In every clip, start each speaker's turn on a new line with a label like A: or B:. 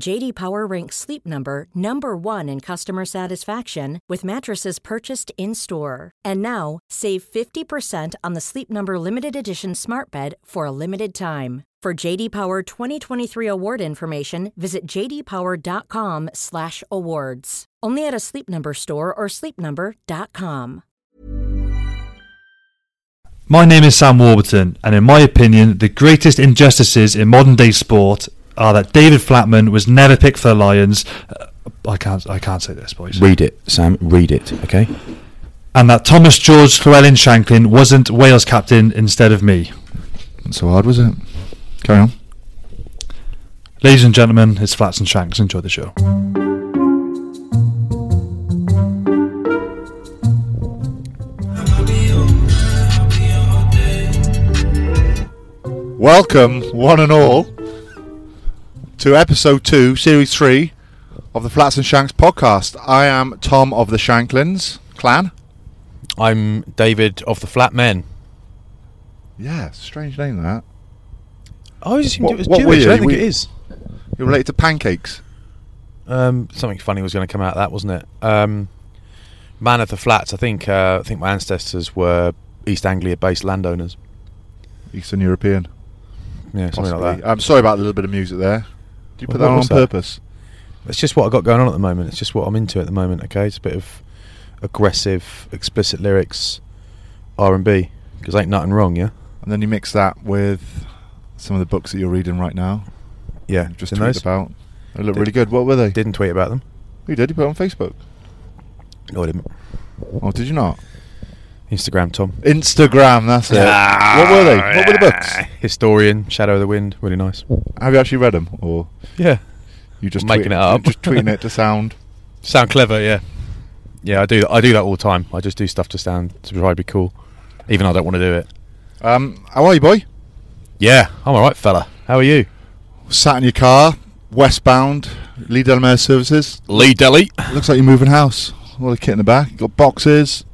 A: JD Power ranks Sleep Number number 1 in customer satisfaction with mattresses purchased in-store. And now, save 50% on the Sleep Number limited edition Smart Bed for a limited time. For JD Power 2023 award information, visit jdpower.com/awards. Only at a Sleep Number store or sleepnumber.com.
B: My name is Sam Warburton, and in my opinion, the greatest injustices in modern day sport are that David Flatman was never picked for the Lions. Uh, I can't, I can't say this, boys.
C: Read it, Sam. Read it. Okay.
B: And that Thomas George Llewellyn Shanklin wasn't Wales captain instead of me.
C: Not so hard, was it? Carry on.
B: Ladies and gentlemen, it's Flats and Shanks. Enjoy the show.
D: Welcome, one and all, to episode two, series three of the Flats and Shanks podcast. I am Tom of the Shanklins clan.
E: I'm David of the Flat Men.
D: Yeah, strange name that.
E: I always assumed
D: What-
E: it was
D: what were
E: Jewish. I don't
D: you?
E: think
D: Were
E: it
D: you-
E: is.
D: You're related to pancakes.
E: Um, something funny was going to come out of that, wasn't it? Um, man of the flats. I think. Uh, I think my ancestors were East Anglia-based landowners.
D: Eastern European.
E: Yeah, something like
D: possibly.
E: that.
D: I'm sorry about the little bit of music there. Did you put
E: What
D: that on
E: was that?
D: purpose?
E: It's just what I got going on at the moment. It's just what I'm into at the moment. Okay, it's a bit of aggressive, explicit lyrics, R and B. Because ain't nothing wrong, yeah.
D: And then you mix that with some of the books that you're reading right now.
E: Yeah,
D: You've Just
E: seen
D: tweeted
E: those.
D: about. They look
E: Did-
D: really good. What were they? Did,
E: Didn't tweet about them.
D: you did. You put it on Facebook.
E: No, I didn't.
D: Oh, did you not?
E: Instagram, Tom.
D: Instagram. That's it.
E: Ah,
D: what were they? What were the books?
E: Historian, Shadow of the Wind, really nice.
D: Have you actually read them, or
E: Yeah,
D: you just
E: Making
D: tweet-
E: it up.
D: Just tweeting it to sound.
E: Sound clever, yeah. Yeah, I do. I do that all the time. I just do stuff to sound to try to be cool, even though I don't want to do it.
D: Um, how are you, boy?
E: Yeah, I'm all right, fella. How are you?
D: Sat in your car, westbound, Lee Delamere Services.
E: Lee Deli.
D: Looks like you're moving house. All the kit in the back. You got boxes.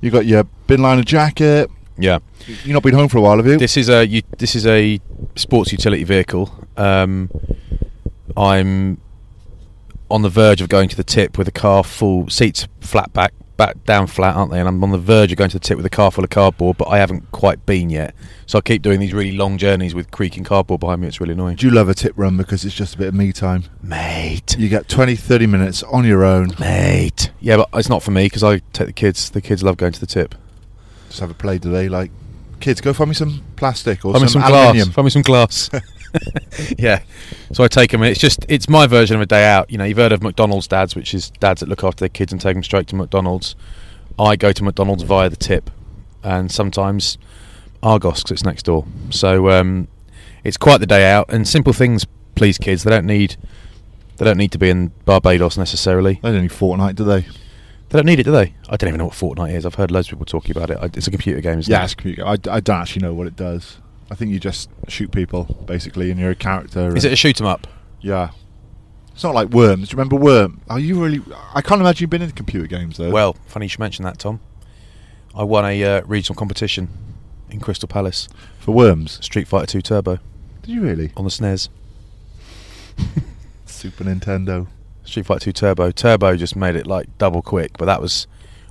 D: You got your bin liner jacket.
E: Yeah,
D: You've not been home for a while, have you?
E: this is a u- this is a sports utility vehicle. Um, I'm on the verge of going to the tip with a car full seats flat back back down flat, aren't they? And I'm on the verge of going to the tip with a car full of cardboard, but I haven't quite been yet. So I keep doing these really long journeys with creaking cardboard behind me. It's really annoying,
D: Do you love a tip run because it's just a bit of me time?
E: mate.
D: You get 20, 30 minutes on your own.
E: Mate. Yeah, but it's not for me because I take the kids. The kids love going to the tip.
D: Just have a play today. Like, kids, go find me some plastic or
E: Find me
D: some,
E: some
D: aluminium.
E: glass. Find me some glass. yeah. So I take them. And it's just it's my version of a day out. You know, you've heard of McDonald's dads, which is dads that look after their kids and take them straight to McDonald's. I go to McDonald's via the tip, and sometimes Argos 'cause it's next door. So um, it's quite the day out. And simple things please kids. They don't need they don't need to be in Barbados necessarily.
D: They don't need Fortnite, do they?
E: They don't need it, do they? I don't even know what Fortnite is. I've heard loads of people talking about it. I, it's a computer game, isn't
D: Yeah,
E: it?
D: it's computer. I, I don't actually know what it does. I think you just shoot people, basically, and you're a character.
E: Is
D: and-
E: it a shoot 'em up?
D: Yeah. It's not like Worms. Do you remember Worm? Are you really. I can't imagine you've been into computer games, though.
E: Well, funny you should mention that, Tom. I won a uh, regional competition in Crystal Palace,
D: For Worms.
E: Street Fighter 2 Turbo.
D: Did you really?
E: on the SNES.
D: Oh, Super Nintendo.
E: Street Fighter 2 Turbo. Turbo just made it like double quick, but that was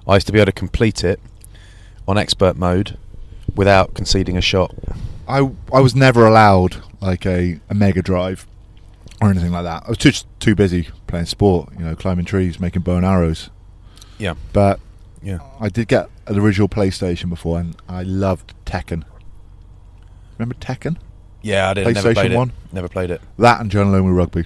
E: I used to be able to complete it on expert mode without conceding a shot.
D: I I was never allowed like a, a Mega Drive or anything like that. I was too too busy playing sport, you know, climbing trees, making bow and arrows.
E: Yeah.
D: But
E: Yeah.
D: I did get an original PlayStation before, and I loved Tekken. Remember Tekken?
E: Yeah, I did. not
D: PlayStation
E: Never played
D: one?
E: it. Never played it.
D: That and John Lomu Rugby.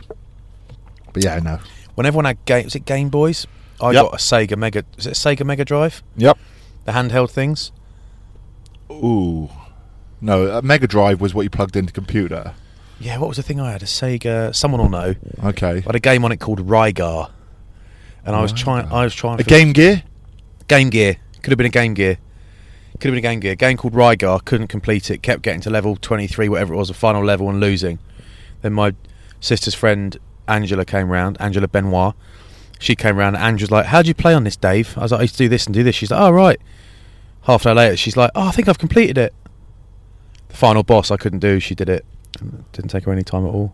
D: But yeah, I know.
E: When everyone had game, was it Game Boys? I
D: Yep.
E: got a Sega Mega. Is it a Sega Mega Drive?
D: Yep.
E: The handheld things.
D: Ooh. No, a Mega Drive was what you plugged into computer.
E: Yeah, what was the thing I had? A Sega. Someone will know.
D: Okay.
E: I had a game on it called Rygar, and I was trying. I was trying
D: A
E: for-
D: Game Gear?
E: Game Gear. Could have been a Game Gear. Could have been a Game Gear. Game called Rygar. Couldn't complete it. Kept getting to level 23, whatever it was, the final level, and losing. Then my sister's friend Angela came round. Angela Benoit. She came round. And Angela's like, "How do you play on this, Dave?" I was like, "I used to do this and do this." She's like, "Oh right." Half an hour later, she's like, "Oh, I think I've completed it." The final boss I couldn't do. She did it. Didn't take her any time at all.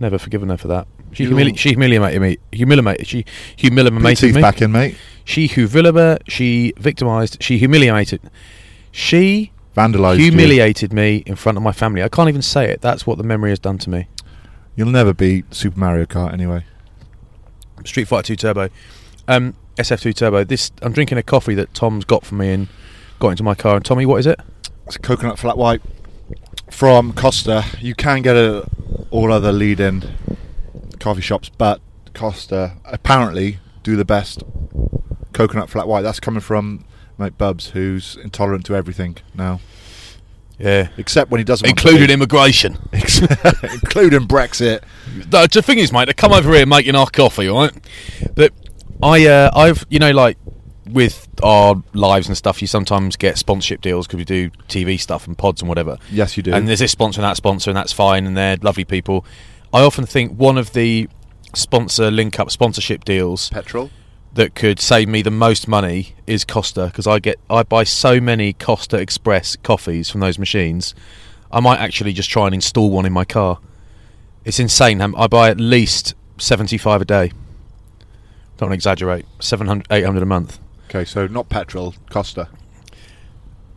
E: Never forgiven her for that. She,
D: You're-
E: humili- she humiliated me. Humiliated. She
D: Put your
E: humiliated
D: teeth
E: me.
D: back in, mate.
E: She who vilaba, she victimized, she humiliated. She
D: Vandalized you.
E: humiliated me in front of my family. I can't even say it. That's what the memory has done to me.
D: You'll never beat Super Mario Kart anyway.
E: Street Fighter 2 Turbo. Um, SF2 Turbo. This I'm drinking a coffee that Tom's got for me and got into my car. And Tommy, what is it?
D: It's a coconut flat white from Costa. You can get it at all other leading coffee shops, but Costa apparently do the best coconut flat white. That's coming from mate Bubs, who's intolerant to everything now,
E: Yeah.
D: except when he doesn't.
E: Including immigration.
D: it, including Brexit.
E: No, the thing is, mate, they come over here making our coffee, all right? But I, uh, I've, you know, like with our lives and stuff, you sometimes get sponsorship deals because we do TV stuff and pods and whatever.
D: Yes, you do.
E: And there's this sponsor and that sponsor, and that's fine, and they're lovely people. I often think one of the sponsor link up sponsorship deals
D: Petrol.
E: that could save me the most money is Costa because I get I buy so many Costa Express coffees from those machines. I might actually just try and install one in my car. It's insane. how m- I buy at least seventy five a day. Don't want to exaggerate. 700, 800 a month.
D: Okay, so not petrol, Costa.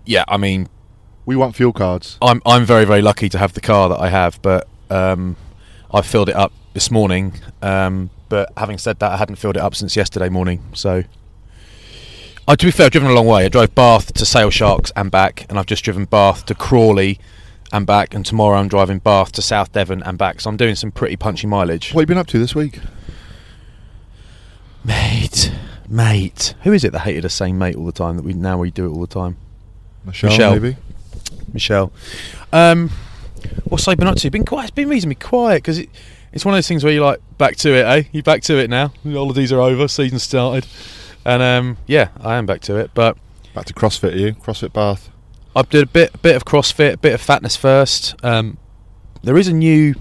E: Yeah, I mean,
D: We want fuel cards.
E: I'm I'm very very lucky to have the car that I have, but um, I filled it up this morning. Um, but having said that, I hadn't filled it up since yesterday morning. So, I to be fair, I've driven a long way. I drove Bath to Sail Sharks and back, and I've just driven Bath to Crawley and back. And tomorrow I'm driving Bath to South Devon and back. So I'm doing some pretty punchy mileage.
D: What have you been up to this week?
E: Mate, mate, who is it that hated us saying mate all the time? That we now we do it all the time.
D: Michelle,
E: Michelle.
D: maybe.
E: Michelle. Um, what's I been up to? Been quiet. It's been reasonably quiet because it, it's one of those things where you're like back to it, eh? You back to it now. The holidays are over. Season started, and um, yeah, I am back to it. But
D: Back to CrossFit, are you? CrossFit Bath.
E: I did a bit, bit of CrossFit, a bit of fatness first. Um, there is a new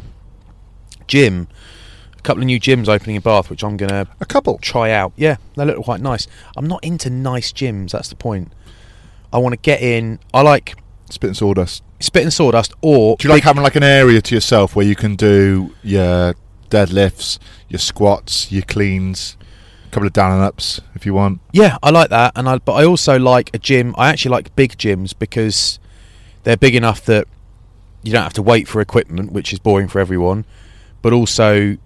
E: gym, a couple of new gyms opening in Bath, which I'm gonna
D: A couple.
E: try out. Yeah, they look quite nice. I'm not into nice gyms. That's the point. I want to get in. I like
D: Spit and sawdust.
E: spit and sawdust or
D: Do you like having like an area to yourself where you can do your deadlifts, your squats, your cleans, a couple of down and ups if you want?
E: Yeah, I like that, and I but I also like a gym. I actually like big gyms because they're big enough that you don't have to wait for equipment, which is boring for everyone. But also,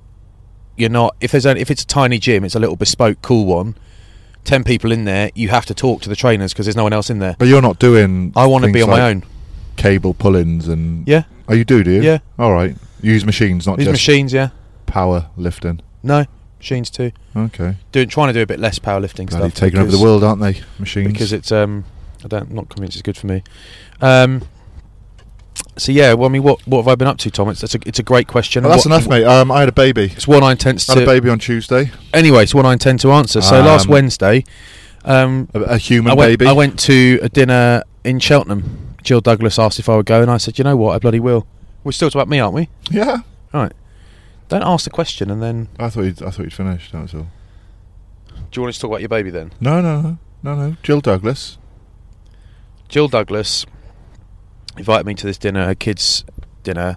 E: you're not if there's only, if it's a tiny gym, it's a little bespoke, cool one. Ten people in there, you have to talk to the trainers because there's no one else in there.
D: But you're not doing.
E: I want to
D: things
E: be on my
D: like
E: own.
D: Cable pull-ins and
E: Yeah,
D: Oh, you do, do you?
E: Yeah.
D: All right. You use machines, not
E: these
D: just
E: machines. Yeah,
D: power lifting.
E: no machines too.
D: Okay.
E: Doing trying to do a bit less powerlifting
D: Bloody
E: stuff.
D: taking over the
E: because-
D: world, aren't they? Machines.
E: because it's um I don't I'm not convinced it's good for me. Um so yeah, well I mean what what have I been up to, Tom? It's it's a, it's a great question.
D: Oh, that's
E: What-
D: enough, mate. Um, I had a baby.
E: It's one I intend
D: I had
E: to
D: a baby on Tuesday.
E: anyway, it's one I intend to answer. So last
D: Um,
E: Wednesday um
D: A, a human
E: I went,
D: baby.
E: I went to a dinner in Cheltenham. Jill Douglas asked if I would go and I said, You know what, I bloody will. We're still talking about me, aren't we?
D: Yeah.
E: Right. Don't ask the question and then
D: I thought you'd, I thought you'd finished. That was all.
E: Do you want us to talk about your baby then?
D: No, no, no, no, no. Jill Douglas.
E: Jill Douglas invited me to this dinner, her kids' dinner,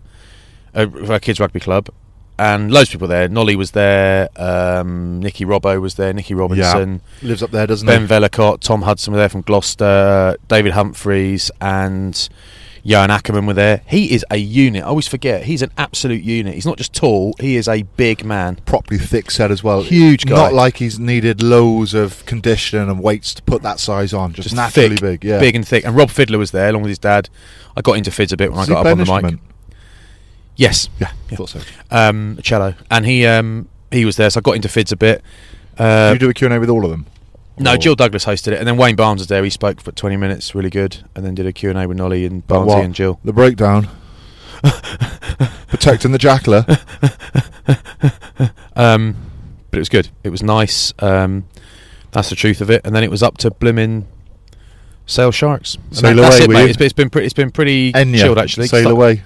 E: uh, for our kids rugby club, and loads of people there. Nolly was there, um, Nicky Robbo was there, Nicky Robinson,
D: Lives up there, doesn't
E: Ben
D: he?
E: Velicott, Tom Hudson were there from Gloucester, David Humphreys, and Johan Ackerman were there. He is a unit. I always forget. He's an absolute unit. He's not just tall. He is a big man.
D: Properly thick set as well.
E: Huge guy.
D: Not like he's needed loads of condition and weights to put that size on. Just,
E: Just
D: naturally
E: thick,
D: big. Yeah.
E: big and thick. And Rob Fiddler was there along with his dad. I got into Fids a bit when
D: Does
E: I
D: he
E: got
D: play
E: up on
D: an
E: the mic.
D: instrument?
E: Yes,
D: Yeah, I thought so.
E: um, cello, and he um, he was there. So I got into Fids a bit.
D: Did
E: Uh,
D: you do a Q&A with all of them? Oh.
E: no,
D: Or-
E: Jill Douglas hosted it, and then Wayne Barnes was there. He spoke for twenty minutes, really good, and then did a Q and A with Nolly and
D: But
E: Barnsley and Jill.
D: The breakdown. Protecting the jackler.
E: Um, but it was good. It was nice. Um, that's the truth of it. And then it was up to blimmin' Sail Sharks. And
D: Sail
E: that's
D: away,
E: it,
D: will
E: mate.
D: you?
E: It's been, it's been pretty. It's been pretty
D: Enya.
E: chilled actually.
D: Sail
E: Start-
D: away.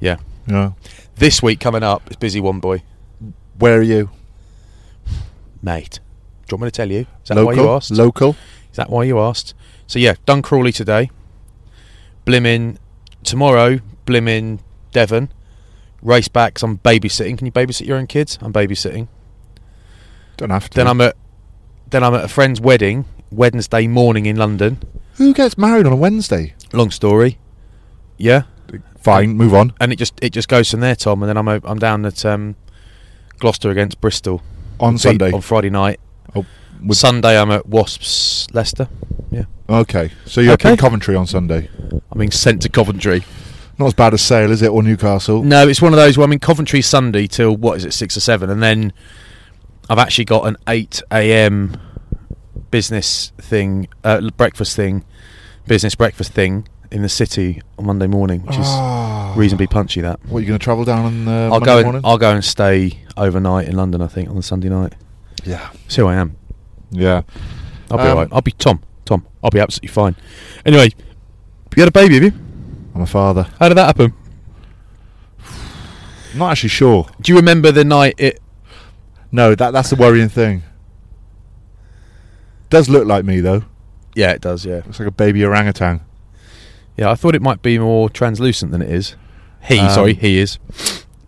E: Yeah.
D: Yeah.
E: This week coming up, it's busy one boy,
D: Where are you?
E: mate. Do you want me to tell you? Is that
D: Local?
E: why you asked?
D: Local?
E: Is that why you asked? So yeah, done Crawley today. Blimmin tomorrow. Blimmin Devon. Race backs. I'm babysitting. Can you babysit your own kids? I'm babysitting.
D: Don't have to.
E: Then I'm at. Then I'm at a friend's wedding Wednesday morning in London.
D: Who gets married on a Wednesday?
E: Long story. Yeah,
D: Fine, move on.
E: and it just it just goes from there, Tom. And then I'm o- I'm down at um, Gloucester against Bristol
D: On
E: Beat-
D: Sunday.
E: on Friday night.
D: Oh, with-
E: Sunday I'm at Wasps Leicester. Yeah,
D: okay. So you're
E: Okay.
D: in Coventry on Sunday.
E: I'm being sent to Coventry.
D: Not as bad as Sale, is it, or Newcastle?
E: No, it's one of those. Well, I'm in Coventry Sunday till what is it, six or seven, and then I've actually got an eight a.m. business thing, uh, l- breakfast thing, business breakfast thing in the city on Monday morning, which
D: Ah.
E: is reasonably punchy. That
D: What, you going to travel down on uh,
E: I'll
D: Monday
E: go. And,
D: morning?
E: I'll go and stay overnight in London. I think on the Sunday night.
D: yeah.
E: See who I am.
D: Yeah.
E: I'll be
D: Um,
E: alright. I'll be Tom. Tom. I'll be absolutely fine. Anyway, you had a baby, have you?
D: I'm a father.
E: How did that happen?
D: I'm not actually sure.
E: Do you remember the night it?
D: No, that that's the worrying thing. Does look like me though.
E: Yeah, it does. Yeah.
D: Looks like a baby orangutan.
E: Yeah, I thought it might be more translucent than it is. He,
D: Um,
E: sorry, he is.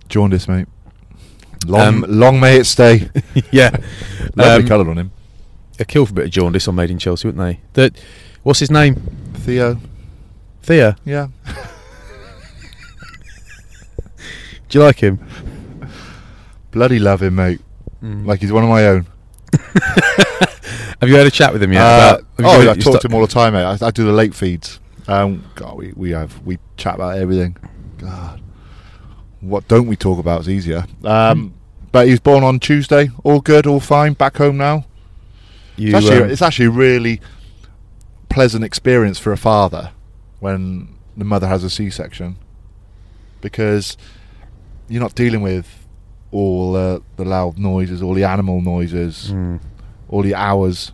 D: Jaundice, mate. Long,
E: Um,
D: long may it stay.
E: yeah,
D: Lovely
E: Um,
D: colour on him.
E: a kill for a bit of jaundice on Made in Chelsea, wouldn't they? That what's his name?
D: Theo,
E: Thea.
D: yeah.
E: Do you like him?
D: Bloody love him, mate. Like he's one of my own.
E: Have you had a chat with him yet?
D: Uh,
E: about- have you
D: oh,
E: got-
D: I
E: you
D: talk
E: start-
D: to him all the time, mate. I, I do the late feeds. Um, God, we, we have we chat about everything. God, what don't we talk about is easier.
E: Hmm.
D: Um, But he was born on Tuesday. All good, all fine. Back home now.
E: You,
D: It's actually,
E: um,
D: it's actually a really pleasant experience for a father when the mother has a C-section because you're not dealing with all uh, the loud noises, all the animal noises,
E: mm.
D: all the hours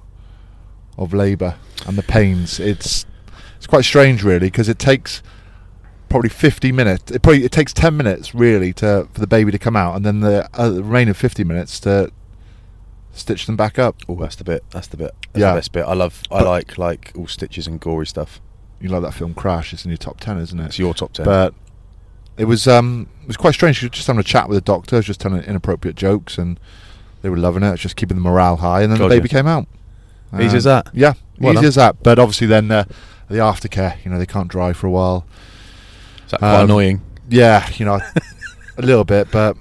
D: of labour and the pains. It's it's quite strange, really, because it takes probably 50 minutes. It probably it takes 10 minutes really to for the baby to come out, and then the, uh, the remaining 50 minutes to stitch them back up.
E: Oh, that's the bit. That's the bit. That's
D: Yeah.
E: the best bit. I love. I
D: But-
E: like like all stitches and gory stuff.
D: you know that film Crash. It's in your top ten, isn't it?
E: It's your top ten.
D: But it was um, it was quite strange. She was just having a chat with the doctor, just telling inappropriate jokes, and they were loving it. It was just keeping the morale high, and then
E: God,
D: the baby
E: yeah.
D: came out. Um,
E: Easy as that.
D: Yeah,
E: Well
D: easy
E: done.
D: as that. But obviously, then uh, the aftercare. You know, they can't drive for a while.
E: Is that quite
D: um,
E: annoying?
D: Yeah, you know, a little bit, but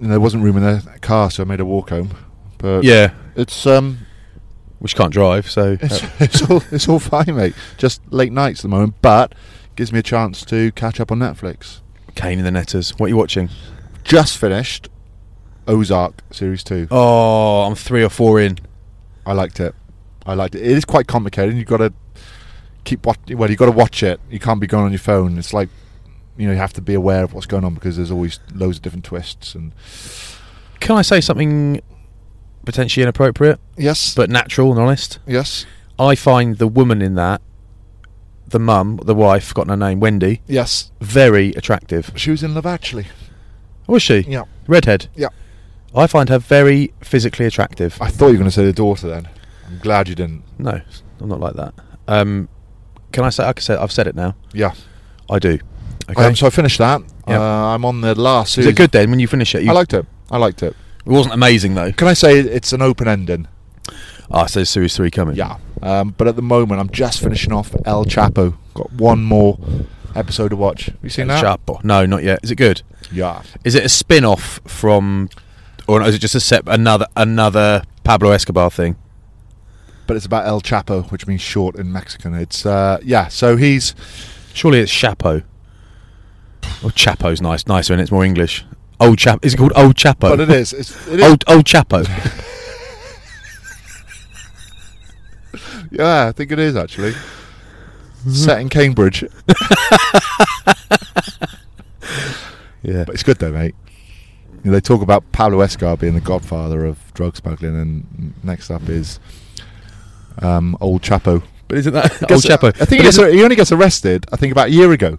D: you know, there wasn't room in the car, so I made her walk home. But
E: Yeah,
D: it's um,
E: which can't drive. So uh,
D: It's, it's all it's all fine, mate. Just late nights at the moment, but gives me a chance to catch up on Netflix.
E: Kane in the Netters. What are you watching?
D: Just finished Ozark series two.
E: Oh, I'm three or four in.
D: I liked it. I liked it. It is quite complicated. and You've got to keep watch. Well, you've got to watch it. You can't be going on your phone. It's like you know you have to be aware of what's going on because there's always loads of different twists and
E: Can I say something potentially inappropriate,
D: yes,
E: but natural and honest?
D: yes,
E: I find the woman in that, the mum, the wife, forgotten her name, Wendy,
D: yes.
E: very attractive.
D: She was in Love Actually.
E: Was she?
D: Yeah,
E: Redhead.
D: yeah.
E: I find her very physically attractive.
D: I thought you were going to say the daughter. Then I'm glad you didn't.
E: No, I'm not like that. Um, can I say? I can say I've said it now.
D: Yeah.
E: I do. Okay.
D: Um, so I finished that.
E: Yeah.
D: Uh, I'm on the last.
E: Is
D: series.
E: it good then when you finish it? You,
D: I liked it. I liked it.
E: it wasn't amazing though.
D: Can I say it's an open ending?
E: Ah, so there's series three coming.
D: Yeah. Um, but at the moment, I'm just finishing off El Chapo. Got one more episode to watch. Have you seen that?
E: Sharp. No, not yet. Is it good?
D: Yeah.
E: Is it a spin-off from, or is it just a sep- another another Pablo Escobar thing?
D: But it's about El Chapo, which means short in Mexican. It's uh, yeah. So he's
E: Surely it's Chapo. Oh, Chapo's nice, nicer, and it's more English. Old Chap. Is it called Old Chapo?
D: but it is. It's, it is
E: Old Old Chapo.
D: Yeah, I think it is actually. Set in Cambridge.
E: yeah.
D: But it's good though, mate. You know, they talk about Pablo Escobar being the godfather of drug smuggling, and next up is um, Old Chapo.
E: But isn't that Old
D: Gets-
E: Chapo?
D: I think he,
E: But
D: gets,
E: isn't-
D: he only gets arrested, I think, about a year ago.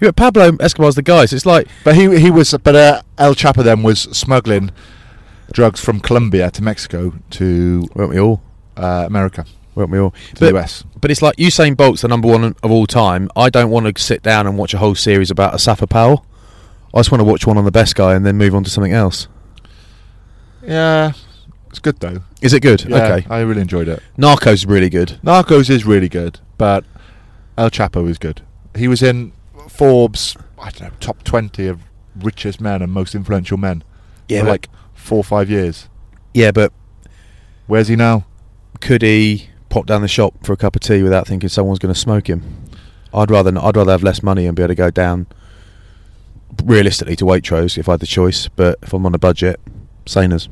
E: yeah, Pablo Escobar's the guy. So it's like
D: But he he was, but uh, El Chapo then was smuggling drugs from Colombia to Mexico to
E: weren't we all?
D: uh, America,
E: Weren't we all?
D: to
E: But,
D: the US.
E: but it's like Usain Bolt's the number one of all time. I don't want to sit down and watch a whole series about Asafa Powell. I just want to watch one on the best guy and then move on to something else.
D: Yeah, it's good though.
E: Is it good?
D: Yeah,
E: Okay.
D: I really enjoyed it.
E: Narcos is really good.
D: Narcos is really good, but El Chapo is good. He was in Forbes, I don't know, top 20 of richest men and most influential men
E: Yeah,
D: for
E: but-
D: like four or five years.
E: Yeah, but
D: Where's he now?
E: could he pop down the shop for a cup of tea without thinking someone's going to smoke him? I'd rather not, I'd rather have less money and be able to go down realistically to Waitrose if I had the choice. But if I'm on a budget, Saners.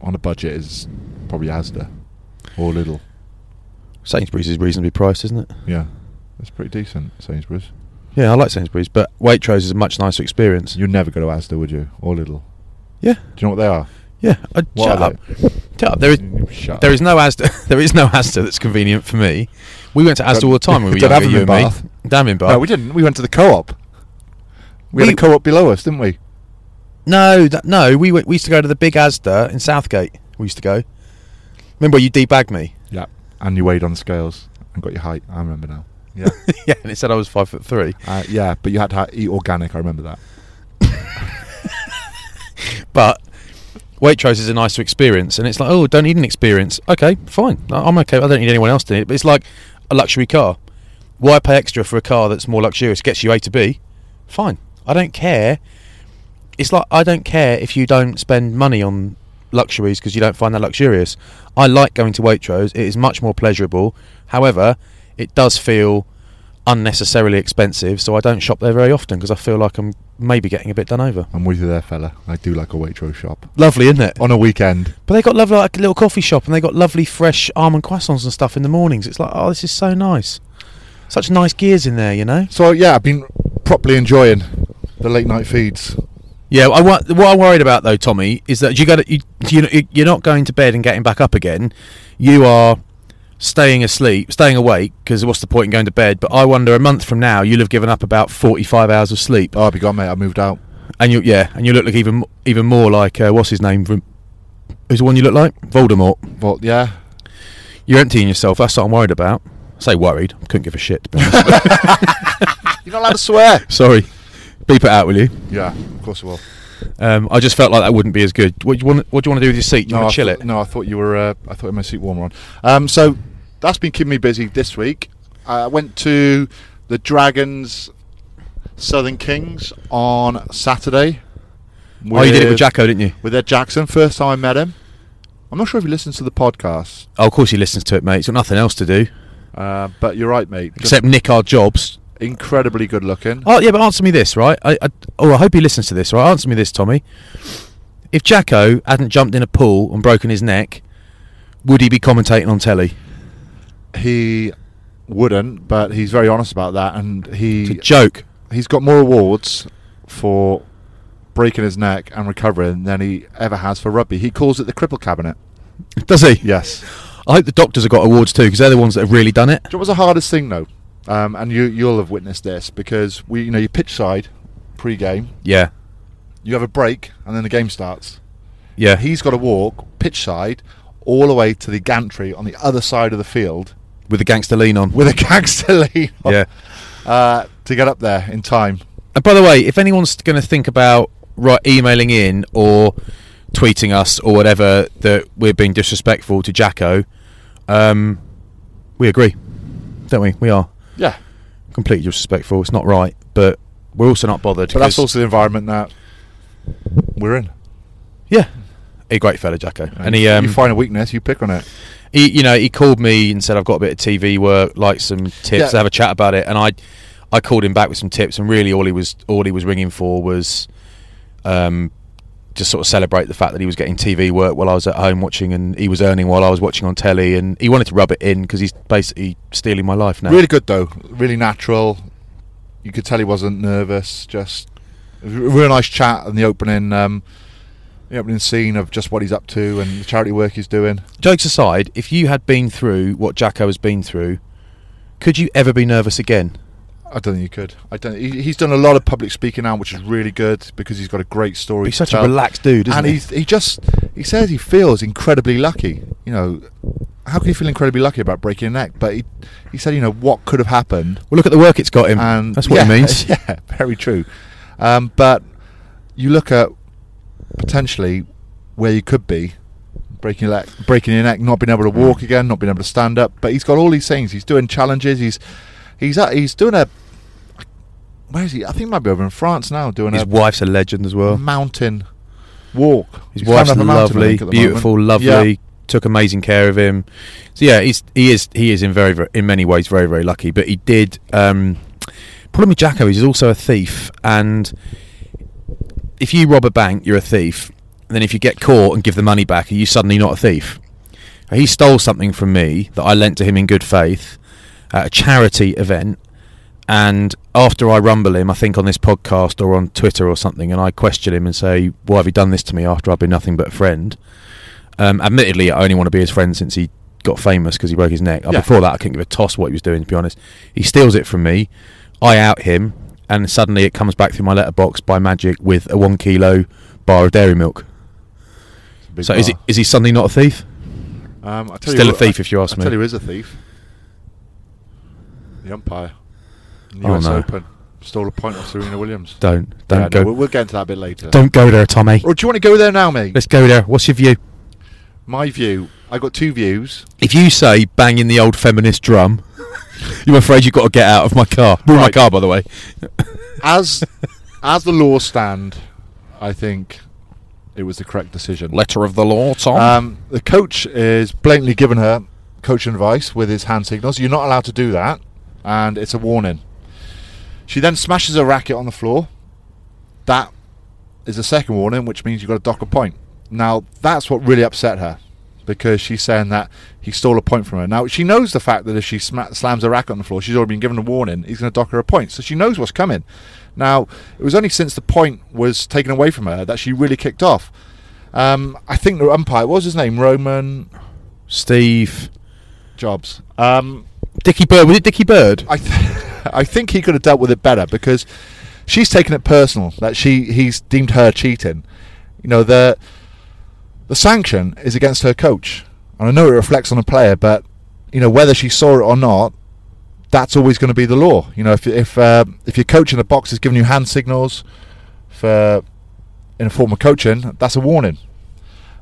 D: On a budget is probably Asda or Lidl.
E: Sainsbury's is reasonably priced, isn't it?
D: Yeah, that's pretty decent, Sainsbury's.
E: Yeah, I like Sainsbury's, but Waitrose is a much nicer experience.
D: You'd never go to Asda, would you? Or Lidl?
E: Yeah,
D: Do you know what they are?
E: yeah. Uh,
D: What
E: shut
D: are Mm,
E: up. Shut up. There is
D: Shut
E: there
D: up.
E: is no Asda. there is no Asda that's convenient for me. We went to Asda all the time when we were
D: Don't have
E: younger. You
D: them
E: and
D: in
E: me. Damn in Bath.
D: No, we didn't. We went to the co-op. We,
E: We-
D: had a co-op below us, didn't we?
E: No, that, no. We went, we used to go to the big Asda in Southgate. We used to go. Remember, you debagged me.
D: Yeah. And you weighed on scales and got your height. I remember now. Yeah.
E: yeah, and it said I was five foot three.
D: Uh, yeah, but you had to ha- eat organic. I remember that.
E: But Waitrose is a nicer experience, and it's like, oh, don't need an experience. Okay, fine. I- I'm okay. I don't need anyone else to need it. But it's like a luxury car. Why pay extra for a car that's more luxurious? Gets you A to B. Fine. I don't care. It's like I don't care if you don't spend money on luxuries because you don't find that luxurious. I like going to Waitrose. It is much more pleasurable. However, it does feel unnecessarily expensive, so I don't shop there very often because I feel like I'm maybe getting a bit done over.
D: I'm with you there, fella. I do like a Waitrose shop
E: Lovely, isn't it?
D: on a weekend.
E: But they got lovely like a little coffee shop, and they got lovely fresh almond croissants and stuff in the mornings. It's like, oh, this is so nice. Such nice gears in there, you know.
D: So yeah, I've been properly enjoying the late night feeds.
E: Yeah, I wa- what I'm worried about though, Tommy, is that you got you, you you're not going to bed and getting back up again. You are staying asleep, staying awake because what's the point in going to bed? But I wonder, a month from now, you'll have given up about 45 hours of sleep, Uh,
D: Oh, I'll be gone, mate. I moved out.
E: and you yeah, and you look like even even more like uh, what's his name from. Who's the one you look like? Voldemort.
D: But yeah,
E: You're emptying yourself. That's what I'm worried about. I say worried. I couldn't give a shit. to be honest.
D: you're not allowed to swear.
E: Sorry. Beep it out, will you?
D: Yeah, of course I will.
E: Um, I just felt like that wouldn't be as good. What do you want? What do you want to do with your seat? Do you
D: I
E: want to chill
D: thought-
E: it?
D: No, I thought you were. Uh, I thought you had my seat warmer on. Um, so that's been keeping me busy this week. I went to the Dragons Southern Kings on Saturday.
E: Oh, you did it with
D: with-
E: Jacko, didn't you?
D: with Ed Jackson. First time I met him. I'm not sure if he listens to the podcast,
E: Oh, of course he listens to it, mate. He's got nothing else to do
D: uh, but you're right, mate. Just
E: except nick our jobs.
D: incredibly good looking.
E: Oh, yeah, but answer me this, right? I, I, oh, I hope he listens to this, right? Answer me this, Tommy. If Jacko hadn't jumped in a pool and broken his neck, would he be commentating on telly?
D: He wouldn't, but he's very honest about that, and
E: It's a
D: he
E: joke.
D: he's got more awards for breaking his neck and recovering than he ever has for rugby. He calls it the cripple cabinet.
E: Does he?
D: Yes.
E: I hope the doctors have got awards too, because they're the ones that have really done it.
D: Do you know what was the hardest thing though? Um, and you you'll have witnessed this because we you know you pitch side pre-game,
E: Yeah,
D: you have a break, and then the game starts.
E: yeah.
D: He's got to walk pitch side all the way to the gantry on the other side of the field
E: with the gangster lean on.
D: with a gangster lean on,
E: yeah.
D: uh, to get up there in time
E: And by the way, if anyone's going to think about right emailing in or tweeting us or whatever that we're being disrespectful to Jacko, um, we agree, don't we? We are
D: Yeah.
E: completely disrespectful. It's not right, but we're also not bothered.
D: But that's
E: 'cause-
D: also the environment that we're in.
E: yeah. A great fella, Jacko, and he um,
D: you find a weakness, you pick on it.
E: he, you know, he called me and said, "I've got a bit of TV work, like some tips,
D: Yeah.
E: to have a chat about it." And I, I called him back with some tips, and really, all he was, all he was ringing for was, um, just sort of celebrate the fact that he was getting TV work while I was at home watching, and he was earning while I was watching on telly, and he wanted to rub it in because he's basically stealing my life now.
D: Really good though. Really natural. You could tell he wasn't nervous. Just a real nice chat and the opening, um, the opening scene of just what he's up to and the charity work he's doing.
E: Jokes aside, if you had been through what Jacko has been through, could you ever be nervous again?
D: I don't think you could. I don't. He, he's done a lot of public speaking now, which is really good because he's got a great story.
E: He's
D: to
E: such a
D: tell.
E: relaxed dude, isn't
D: and
E: he?
D: he's, he just he says he feels incredibly lucky. You know, how can you feel incredibly lucky about breaking your neck? But he he said, you know, what could have happened?
E: Well, look at the work it's got him.
D: And
E: Mm. That's what
D: yeah,
E: it means.
D: Yeah, very true. Um, but you look at potentially where you could be breaking your neck, breaking your neck, not being able to
E: Mm.
D: walk again, not being able to stand up. But he's got all these things. He's doing challenges. He's he's at, he's doing a where is he? I think he might be over in France now doing
E: His
D: a
E: wife's a legend as well.
D: mountain walk.
E: His
D: He's
E: wife's
D: climbing up a mountain, I
E: lovely,
D: think, at the
E: beautiful,
D: moment.
E: lovely.
D: Yeah.
E: Took amazing care of him. So yeah, he's he is he is in very, very in many ways very very lucky. But he did. Um, problem with Jacko is he's also a thief, and if you rob a bank, you're a thief. And then if you get caught and give the money back, are you suddenly not a thief? He stole something from me that I lent to him in good faith at a charity event. And after I rumble him, I think on this podcast or on Twitter or something, and I question him and say, Why have you done this to me after I've been nothing but a friend? Um, admittedly, I only want to be his friend since he got famous because he broke his neck. Uh,
D: Yeah.
E: Before that, I couldn't give a toss what he was doing, to be honest. He steals it from me. I out him, and suddenly it comes back through my letterbox by magic with a one kilo bar of dairy milk.
D: Big
E: so is he,
D: bar.
E: is he suddenly not a thief?
D: Um, I tell
E: Still
D: you
E: a
D: who-
E: thief
D: I-
E: if you ask
D: I tell
E: me.
D: you who is a thief. The umpire. In the
E: Oh,
D: US
E: no.
D: Open. Stole a point off Serena Williams.
E: Don't don't
D: Yeah, no,
E: go
D: we'll, we'll get into that a bit later.
E: don't go there, Tommy.
D: Or do you want to go there now, mate?
E: Let's go there. What's your view?
D: My view. I got two views.
E: If you say banging the old feminist drum, you're afraid you've got to get out of my car. Ruin my
D: Right.
E: car, by the way.
D: As as the laws stand, I think it was the correct decision.
E: Letter of the law, Tom.
D: Um, the coach is blatantly giving her coaching advice with his hand signals. You're not allowed to do that, and it's a warning. She then smashes her racket on the floor. That is a second warning, which means you've got to dock a point. Now, that's what really upset her because she's saying that he stole a point from her. Now, she knows the fact that if she sma- slams her racket on the floor, she's already been given a warning, he's going to dock her a point. So she knows what's coming. Now, it was only since the point was taken away from her that she really kicked off. Um, I think the umpire, what was his name? Roman
E: Steve.
D: Jobs. Um,
E: Dickie Bird. Was it Dickie Bird?
D: I, th- I think he could have dealt with it better because she's taken it personal that she he's deemed her cheating. You know the the sanction is against her coach, and I know it reflects on the player, but you know whether she saw it or not, that's always going to be the law. You know if if uh, if your coach in the box is giving you hand signals for in a form of coaching, that's a warning.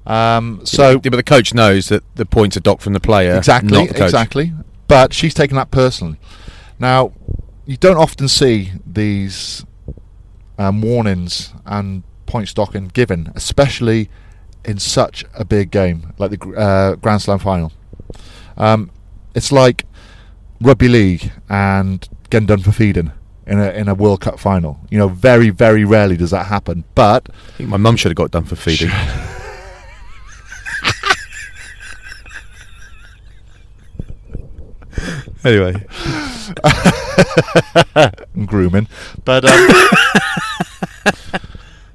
D: Um, so
E: yeah, but the coach knows that the points are docked from the player,
D: Exactly,
E: not the coach.
D: exactly. But she's taken that personally. Now, you don't often see these um, warnings and point stocking given, especially in such a big game like the gr- uh, Grand Slam final. Um, it's like rugby league and getting done for feeding in a in a World Cup final. You know, very very rarely does that happen, but.
E: I think my mum should have got done for feeding. anyway,
D: and grooming, but um,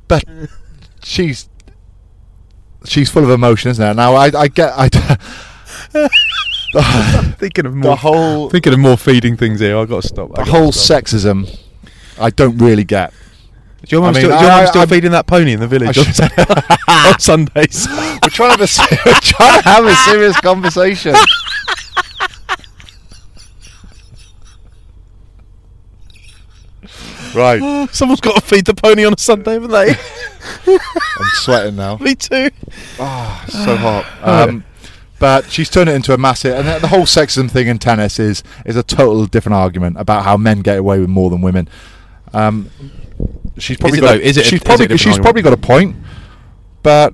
D: but she's she's full of emotion, isn't it? Now I, I get I the,
E: thinking of
D: the whole the
E: thinking of more feeding things here. I've got to stop. I've got to
D: whole
E: stop.
D: sexism. I don't really get.
E: Is your mum
D: I mean,
E: still, is
D: I-
E: your mum
D: I-
E: still
D: I'm-
E: feeding that pony in the
D: I
E: village on,
D: should say-
E: on Sundays?
D: We're trying to have a, se- we're trying to have a serious conversation. Right, I'm
E: Someone's got to feed the pony on a Sunday, haven't they?
D: sweating now.
E: Me too.
D: It's so hot. Um, but she's turned it into a massive, and the- the whole sexism thing in tennis is is a total different argument about how men get away with more than women. Um, she's probably
E: it
D: got.
E: though? Is it a-
D: she's
E: is it a
D: probably
E: different
D: she's probably got a point, but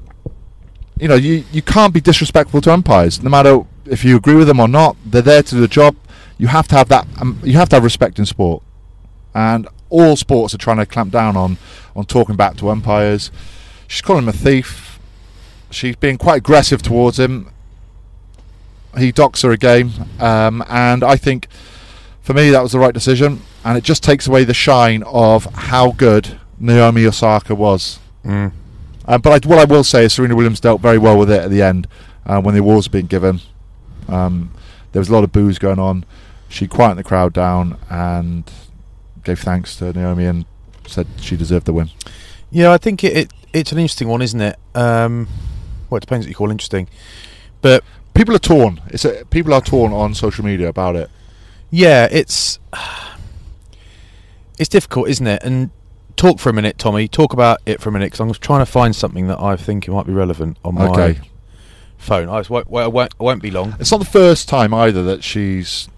D: you know you you can't be disrespectful to umpires, no matter if you agree with them or not. They're there to do the job. You have to have that. Um, you have to have respect in sport, and all sports are trying to clamp down on on talking back to umpires. She's calling him a thief she's being quite aggressive towards him. He docks her a game, um, and I think for me that was the right decision. And it just takes away the shine of how good Naomi Osaka was. Um, but I, what I will say is Serena Williams dealt very well with it at the end uh, when the awards were being given. Um, there was a lot of booze going on. She quieted the crowd down and gave thanks to Naomi and said she deserved the win.
E: Yeah, I think it, it it's an interesting one, isn't it? Um, well, it depends what you call interesting, but
D: People are torn. It's a, people are torn on social media about it.
E: yeah, it's it's difficult, isn't it? And talk for a minute, Tommy. Talk about it for a minute because I'm trying to find something that I think might be relevant on my
D: Okay.
E: phone. I, won't, I won't. I won't be long.
D: It's not the first time either that she's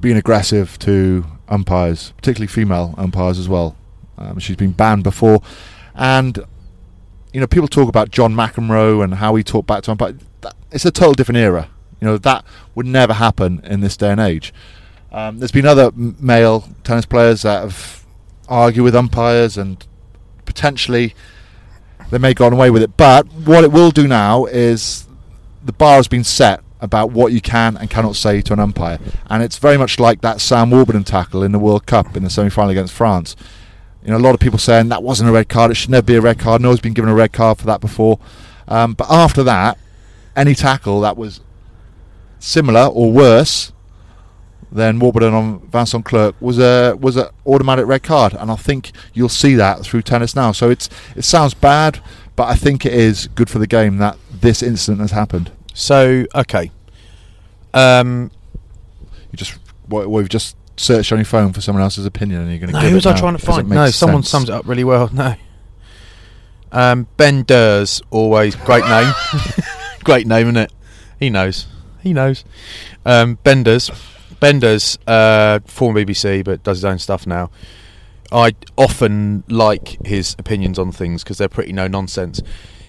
D: been aggressive to umpires, particularly female umpires as well. Um, she's been banned before, and you know people talk about John McEnroe and how he talked back to umpires. That, it's a total different era. You know that would never happen in this day and age. Um, there's been other m- male tennis players that have argued with umpires and potentially they may have gone away with it. But what it will do now is the bar has been set about what you can and cannot say to an umpire. And it's very much like that Sam Warburton tackle in the World Cup in the semi final against France. You know, a lot of people saying that wasn't a red card, it should never be a red card, no one's been given a red card for that before. Um, but after that, any tackle that was similar or worse than Warburton on Vincent Clerc was a was an automatic red card, and I think you'll see that through tennis now. So it's it sounds bad, but I think it is good for the game that this incident has happened.
E: So okay, um,
D: You just what, what you've just searched on your phone for someone else's opinion, and you're going to.
E: No,
D: give
E: who was
D: it
E: I
D: now
E: trying to
D: because it
E: find?
D: makes
E: No, someone
D: sense.
E: sums it up really well. No. Um, ben Durs, always great name, great name, isn't it? He knows, he knows. Um, ben Durs, Ben Durs, uh, former BBC, but does his own stuff now. I often like his opinions on things because they're pretty no nonsense.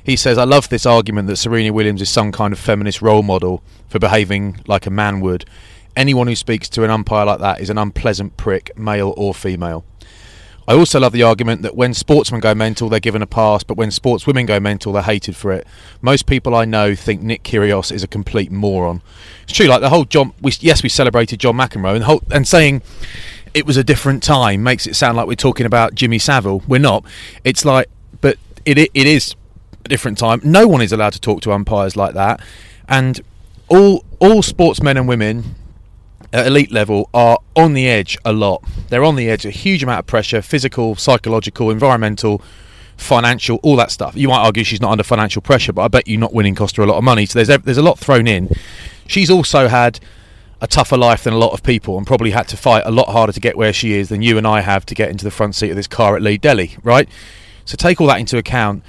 E: He says, I love this argument that Serena Williams is some kind of feminist role model for behaving like a man would. Anyone who speaks to an umpire like that is an unpleasant prick, male or female. I also love the argument that when sportsmen go mental, they're given a pass, but when sportswomen go mental, they're hated for it. Most people I know think Nick Kyrgios is a complete moron. It's true, like the whole John. We, yes, we celebrated John McEnroe, and, the whole, and saying it was a different time makes it sound like we're talking about Jimmy Savile. We're not. It's like, but it it is a different time. No one is allowed to talk to umpires like that, and all all sportsmen and women at elite level are on the edge a lot. They're on the edge, a huge amount of pressure, physical, psychological, environmental, financial, all that stuff. You might argue she's not under financial pressure, but I bet you not winning cost her a lot of money. So there's ev- there's a lot thrown in. She's also had a tougher life than a lot of people and probably had to fight a lot harder to get where she is than you and I have to get into the front seat of this car at Lee Delhi, right? So take all that into account.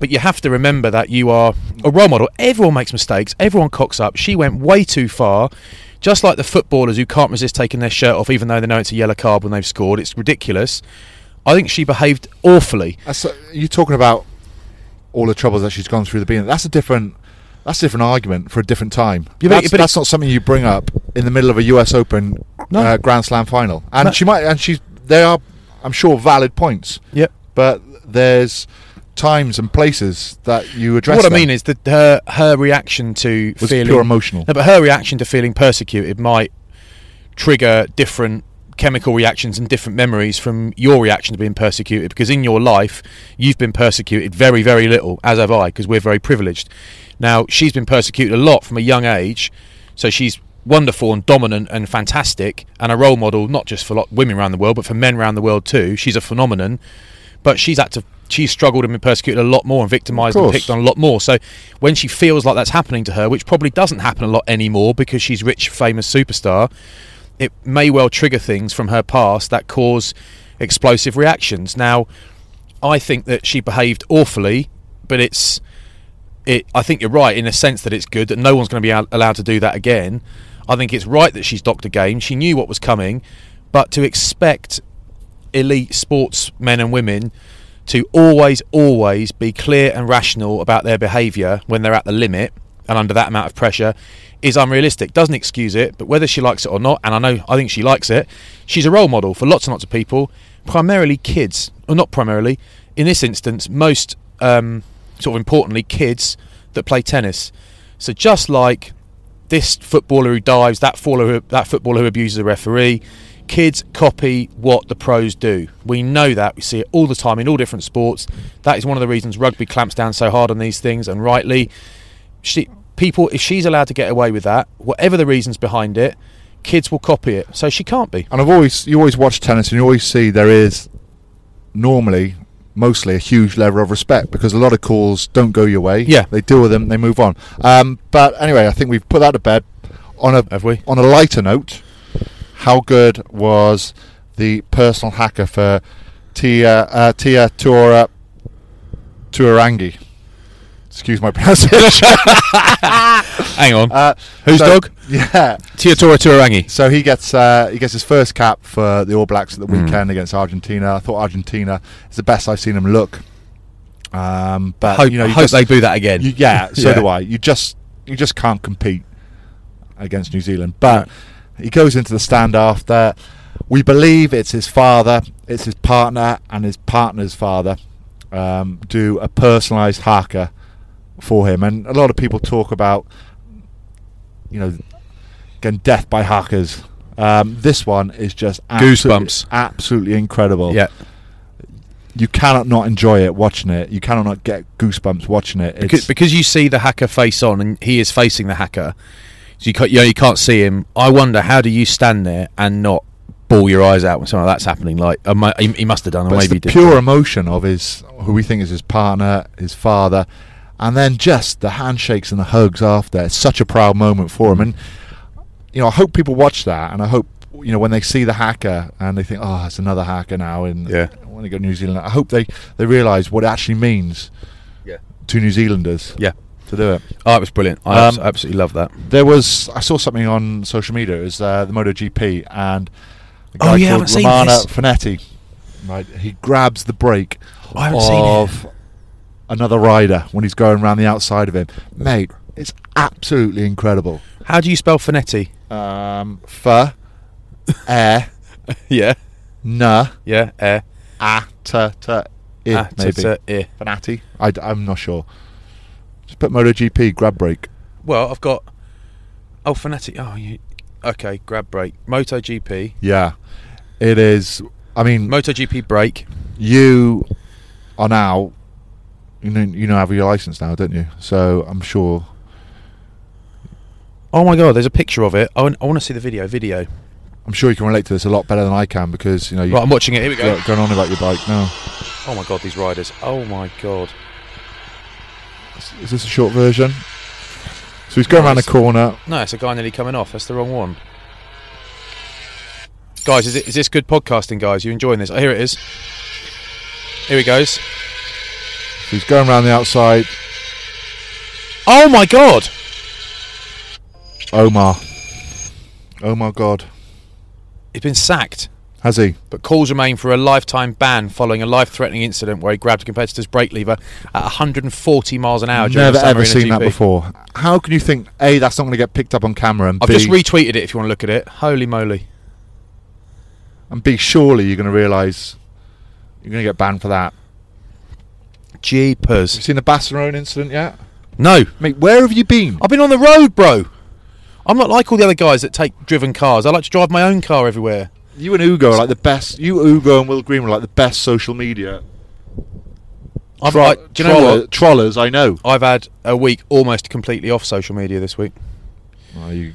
E: But you have to remember that you are a role model. Everyone makes mistakes. Everyone cocks up. She went way too far. Just like the footballers who can't resist taking their shirt off, even though they know it's a yellow card when they've scored. It's ridiculous. I think she behaved awfully.
D: That's, uh, you're talking about all the troubles that she's gone through. The being that's a different. That's a different argument for a different time.
E: Yeah, but-
D: that's,
E: but it-
D: that's not something you bring up in the middle of a U.S. Open
E: No.
D: uh, Grand Slam final. And
E: No.
D: she might, and she's they are, I'm sure, valid points.
E: Yep.
D: But there's times and places that you address.
E: What I
D: them.
E: mean is that her her reaction to
D: Was
E: feeling
D: pure emotional.
E: No, but her reaction to feeling persecuted might trigger different chemical reactions and different memories from your reaction to being persecuted because in your life you've been persecuted very very little as have I because we're very privileged now she's been persecuted a lot from a young age so she's wonderful and dominant and fantastic and a role model not just for lot women around the world but for men around the world too she's a phenomenon but she's had to she's struggled and been persecuted a lot more and victimized and
D: course.
E: picked on a lot more so when she feels like that's happening to her which probably doesn't happen a lot anymore because she's rich famous superstar it may well trigger things from her past that cause explosive reactions. Now, I think that she behaved awfully, but it's it. I think you're right in a sense that it's good that no one's going to be al- allowed to do that again. I think it's right that she's docked a game. She knew what was coming, but to expect elite sports men and women to always, always be clear and rational about their behaviour when they're at the limit and under that amount of pressure is unrealistic. Doesn't excuse it, but whether she likes it or not, and I know I think she likes it, she's a role model for lots and lots of people, primarily kids, or not primarily, in this instance, most um, sort of importantly, kids that play tennis. So just like this footballer who dives, that footballer who, that footballer who abuses a referee. Kids copy what the pros do. We know that. We see it all the time in all different sports. That is one of the reasons rugby clamps down so hard on these things, and rightly. She, people, if she's allowed to get away with that, whatever the reasons behind it, kids will copy it. So she can't be.
D: And I've always you always watch tennis and you always see there is normally mostly a huge level of respect because a lot of calls don't go your way.
E: Yeah.
D: They deal with them, they move on. Um, but anyway, I think we've put that to bed. On a
E: Have we?
D: on a lighter note, how good was the personal hacker for Tia uh, Tia Tora Turangi? Excuse my pronunciation.
E: Hang on.
D: Uh,
E: Whose
D: so-
E: dog?
D: Yeah.
E: Teotora Tuarangi.
D: So he gets uh, he gets his first cap for the All Blacks at the
E: Hmm.
D: weekend against Argentina. I thought Argentina is the best I've seen him look. Um, but
E: Hope,
D: you know, you
E: hope
D: just-
E: they do that again.
D: you- yeah, so
E: Yeah.
D: do I. You just you just can't compete against New Zealand. But he goes into the stand after. We believe it's his father, it's his partner, and his partner's father um, do a personalised haka for him. And a lot of people talk about, you know, again, death by hackers. Um, this one is just absolutely,
E: Goosebumps.
D: absolutely incredible
E: yeah.
D: you cannot not enjoy it watching it. You cannot not get goosebumps watching it. It's,
E: because, because you see the hacker face on and he is facing the hacker so you can't, you, know, you can't see him i wonder how do you stand there and not bawl your eyes out when something like that's happening like I mu- he, he must have done or
D: but it's
E: maybe he
D: the
E: did
D: pure emotion of his, who we think is his partner, his father, and then just the handshakes and the hugs after. It's such a proud moment for him, and you know I hope people watch that, and I hope you know when they see the hacker and they think, oh, it's another hacker now, and
E: Yeah.
D: when they go to New Zealand, I hope they they realise what it actually means
E: Yeah.
D: to New Zealanders
E: yeah
D: to do it.
E: oh it was brilliant i
D: Um,
E: abs- absolutely love that
D: There was I saw something on social media. It was uh, the MotoGP and a guy
E: Oh, yeah, I
D: called
E: haven't seen
D: Romana
E: this.
D: Finetti. Right, he grabs the brake
E: Oh, I haven't seen it.
D: of another rider when he's going around the outside of him, mate. It's absolutely incredible.
E: how do you spell finetti
D: Um, fa, air,
E: yeah
D: na,
E: yeah eh.
D: a, ta, ta, i,
E: Ah,
D: maybe.
E: it's a- eh.
D: Finetti. I, am not sure. Just put MotoGP grab brake.
E: well i've got oh finetti oh you okay grab brake moto gp
D: Yeah, it is. I mean,
E: moto gp brake
D: you are now you know you now have your license now, don't you? So I'm sure.
E: oh my god there's a picture of it i want, I want to see the video video
D: I'm sure you can relate to this a lot better than I can because you know you
E: right i'm watching it here we go
D: go- going on about your bike now.
E: oh my god these riders oh my god
D: Is this a short version? So he's going around the
E: Nice.
D: corner.
E: No, it's a guy nearly coming off. That's the wrong one. Guys, is, it, is this good podcasting, guys? You enjoying this? Oh, here it is. Here he goes.
D: So he's going around the outside.
E: Oh my god!
D: Omar. Oh my God.
E: He's been sacked,
D: Has he?
E: but calls remain for a lifetime ban following a life-threatening incident where he grabbed a competitor's brake lever at 140 miles an hour. During
D: Never
E: the San
D: ever
E: Marino
D: seen that
E: GP.
D: before. How can you think a that's not going to get picked up on camera and
E: I've
D: b
E: just retweeted it. If you want to look at it, holy moly!
D: and b surely you're going to realise you're going to get banned for that. Have you
E: Jeepers!
D: seen the Barcelona incident yet?
E: No,
D: Mate, where have you been?
E: I've been on the road, bro. I'm not like all the other guys that take driven cars. I like to drive my own car everywhere.
D: You and Ugo are like the best. You, Ugo, and Will Green were like the best social media.
E: I've,
D: Tro-
E: I- do you know
D: troller-
E: what?
D: Trollers, I know.
E: I've had a week almost completely off social media this week. Oh,
D: you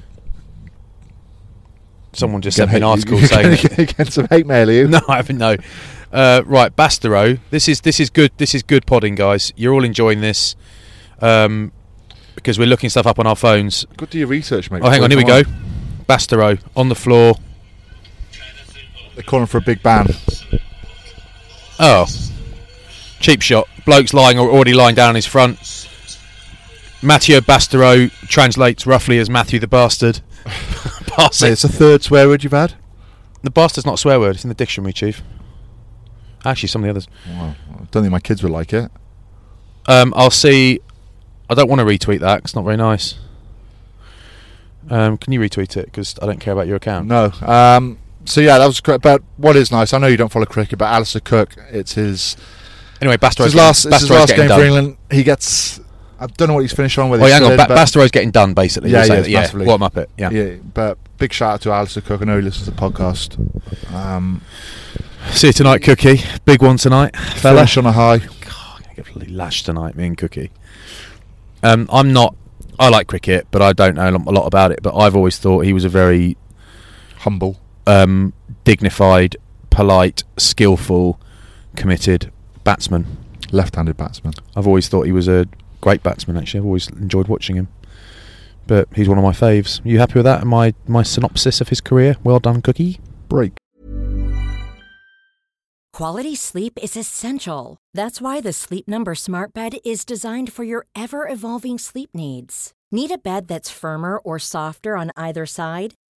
E: Someone just sent me an article saying that.
D: Against some hate mail, are you?
E: no, I haven't. No, uh, right, Bastero. This is this is good. This is good podding, guys. You're all enjoying this um, because we're looking stuff up on our phones.
D: Good do your research, mate.
E: Oh, hang on. Here we
D: Come
E: go. Bastero on the floor.
D: They're calling for a big ban.
E: Oh, cheap shot. Bloke's lying already lying down on his front. Matteo Bastero translates roughly as Matthew the Bastard. Pass
D: Mate,
E: it.
D: it's the third swear word you've had.
E: The bastard's not a swear word. It's in the dictionary, chief. Actually, some of the others.
D: Wow. I don't think my kids would like it.
E: Um, I'll see. I don't want to retweet that. 'cause It's not very nice. Um, can you retweet it? Because I don't care about your account.
D: No. Um, so yeah, that was great. But what is nice, I know you don't follow cricket, but Alistair Cook, it's his
E: Anyway,
D: it's
E: Bastero's
D: his last,
E: getting,
D: it's his
E: Bastero's
D: last
E: getting
D: game
E: done.
D: for England. He gets. I don't know what he's finished on. Whether
E: Oh,
D: he's
E: hang on.
D: third,
E: Ba-
D: but-
E: Bastero's getting done, basically.
D: Yeah,
E: You're
D: he
E: saying
D: is,
E: that, yeah.
D: massively.
E: What Muppet? Yeah.
D: yeah, but big shout out to Alistair Cook. I know he listens to the podcast. Um,
E: See you tonight, Cookie. Big one tonight, fella.
D: Finish on a high.
E: God, I get really lashed tonight, me and Cookie. Um, I'm not. I like cricket, but I don't know a lot about it. But I've always thought he was a very
D: Humble.
E: um, dignified, polite, skillful, committed batsman.
D: Left-handed batsman.
E: I've always thought he was a great batsman. Actually, I've always enjoyed watching him. But he's one of my faves. You happy with that? My my synopsis of his career. Well done, Cookie.
D: Break.
A: Quality sleep is essential. That's why the Sleep Number Smart Bed is designed for your ever evolving sleep needs. Need a bed that's firmer or softer on either side?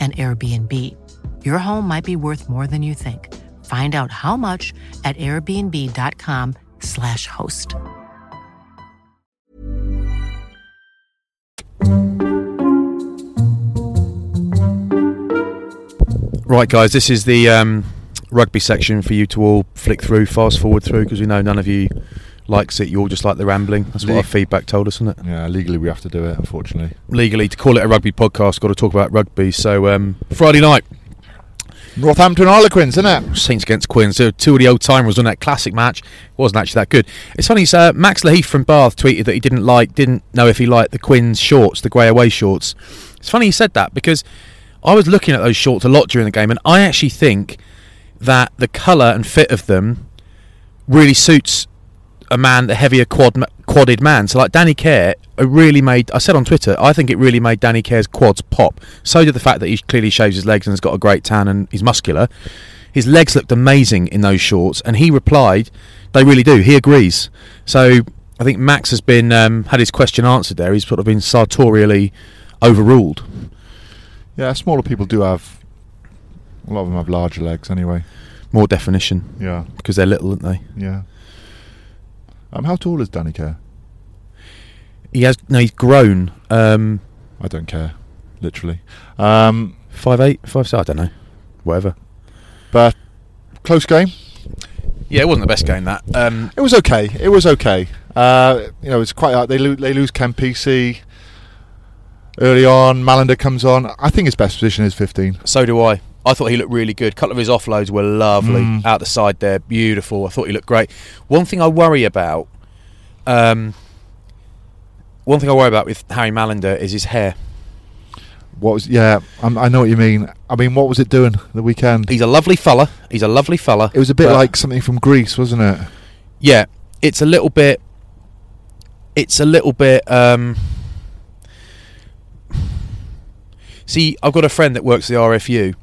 F: an Airbnb. Your home might be worth more than you think. Find out how much at airbnb.com/slash host.
E: Right, guys, this is the um, rugby section for you to all flick through, fast forward through, because we know none of you likes it. You all just like the rambling. That's what
D: Le-
E: our feedback told us, isn't it?
D: Yeah, legally we have to do it. Unfortunately,
E: Legally, to call it a rugby podcast, got to talk about rugby. So um, Friday night,
D: Northampton Harlequins, isn't it?
E: Saints against Quins. So two of the old timers on that classic match. It wasn't actually that good. It's funny. So Max Leahy from Bath tweeted that he didn't like, didn't know if he liked the Quins shorts, the grey away shorts. It's funny he said that because I was looking at those shorts a lot during the game, and I actually think that the colour and fit of them really suits a man, the heavier quad quadded man. So like Danny Care, it really made. I said on Twitter, I think it really made Danny Care's quads pop. So did the fact that he clearly shaves his legs and has got a great tan and he's muscular. His legs looked amazing in those shorts, and he replied, "They really do." He agrees. So I think Max has been um, had his question answered there. He's sort of been sartorially overruled.
D: Yeah, smaller people do have. A lot of them have larger legs, anyway.
E: More definition
D: Yeah,
E: because they're little, aren't they?
D: yeah. Um, how tall is Danny Kerr?
E: He has no. He's grown um,
D: I don't care, literally. Um,
E: five eight, five. I don't know. Whatever.
D: but close game.
E: Yeah, it wasn't the best game that. Um,
D: It was okay. It was okay. Uh, you know, it's quite. Uh, they lo- they lose Ken PC early on. Malander comes on. I think his best position is fifteen.
E: So do I. I thought he looked really good. A couple of his offloads were lovely
D: Mm.
E: out the side there, beautiful. I thought he looked great. One thing I worry about, um, one thing I worry about with Harry Malander is his hair.
D: What was? Yeah, i I know what you mean. I mean, what was it doing the weekend?
E: He's a lovely fella. He's a lovely fella.
D: It was a bit
E: but-
D: like something from Greece, wasn't it?
E: yeah, it's a little bit. It's a little bit. Um, see, I've got a friend that works at the RFU,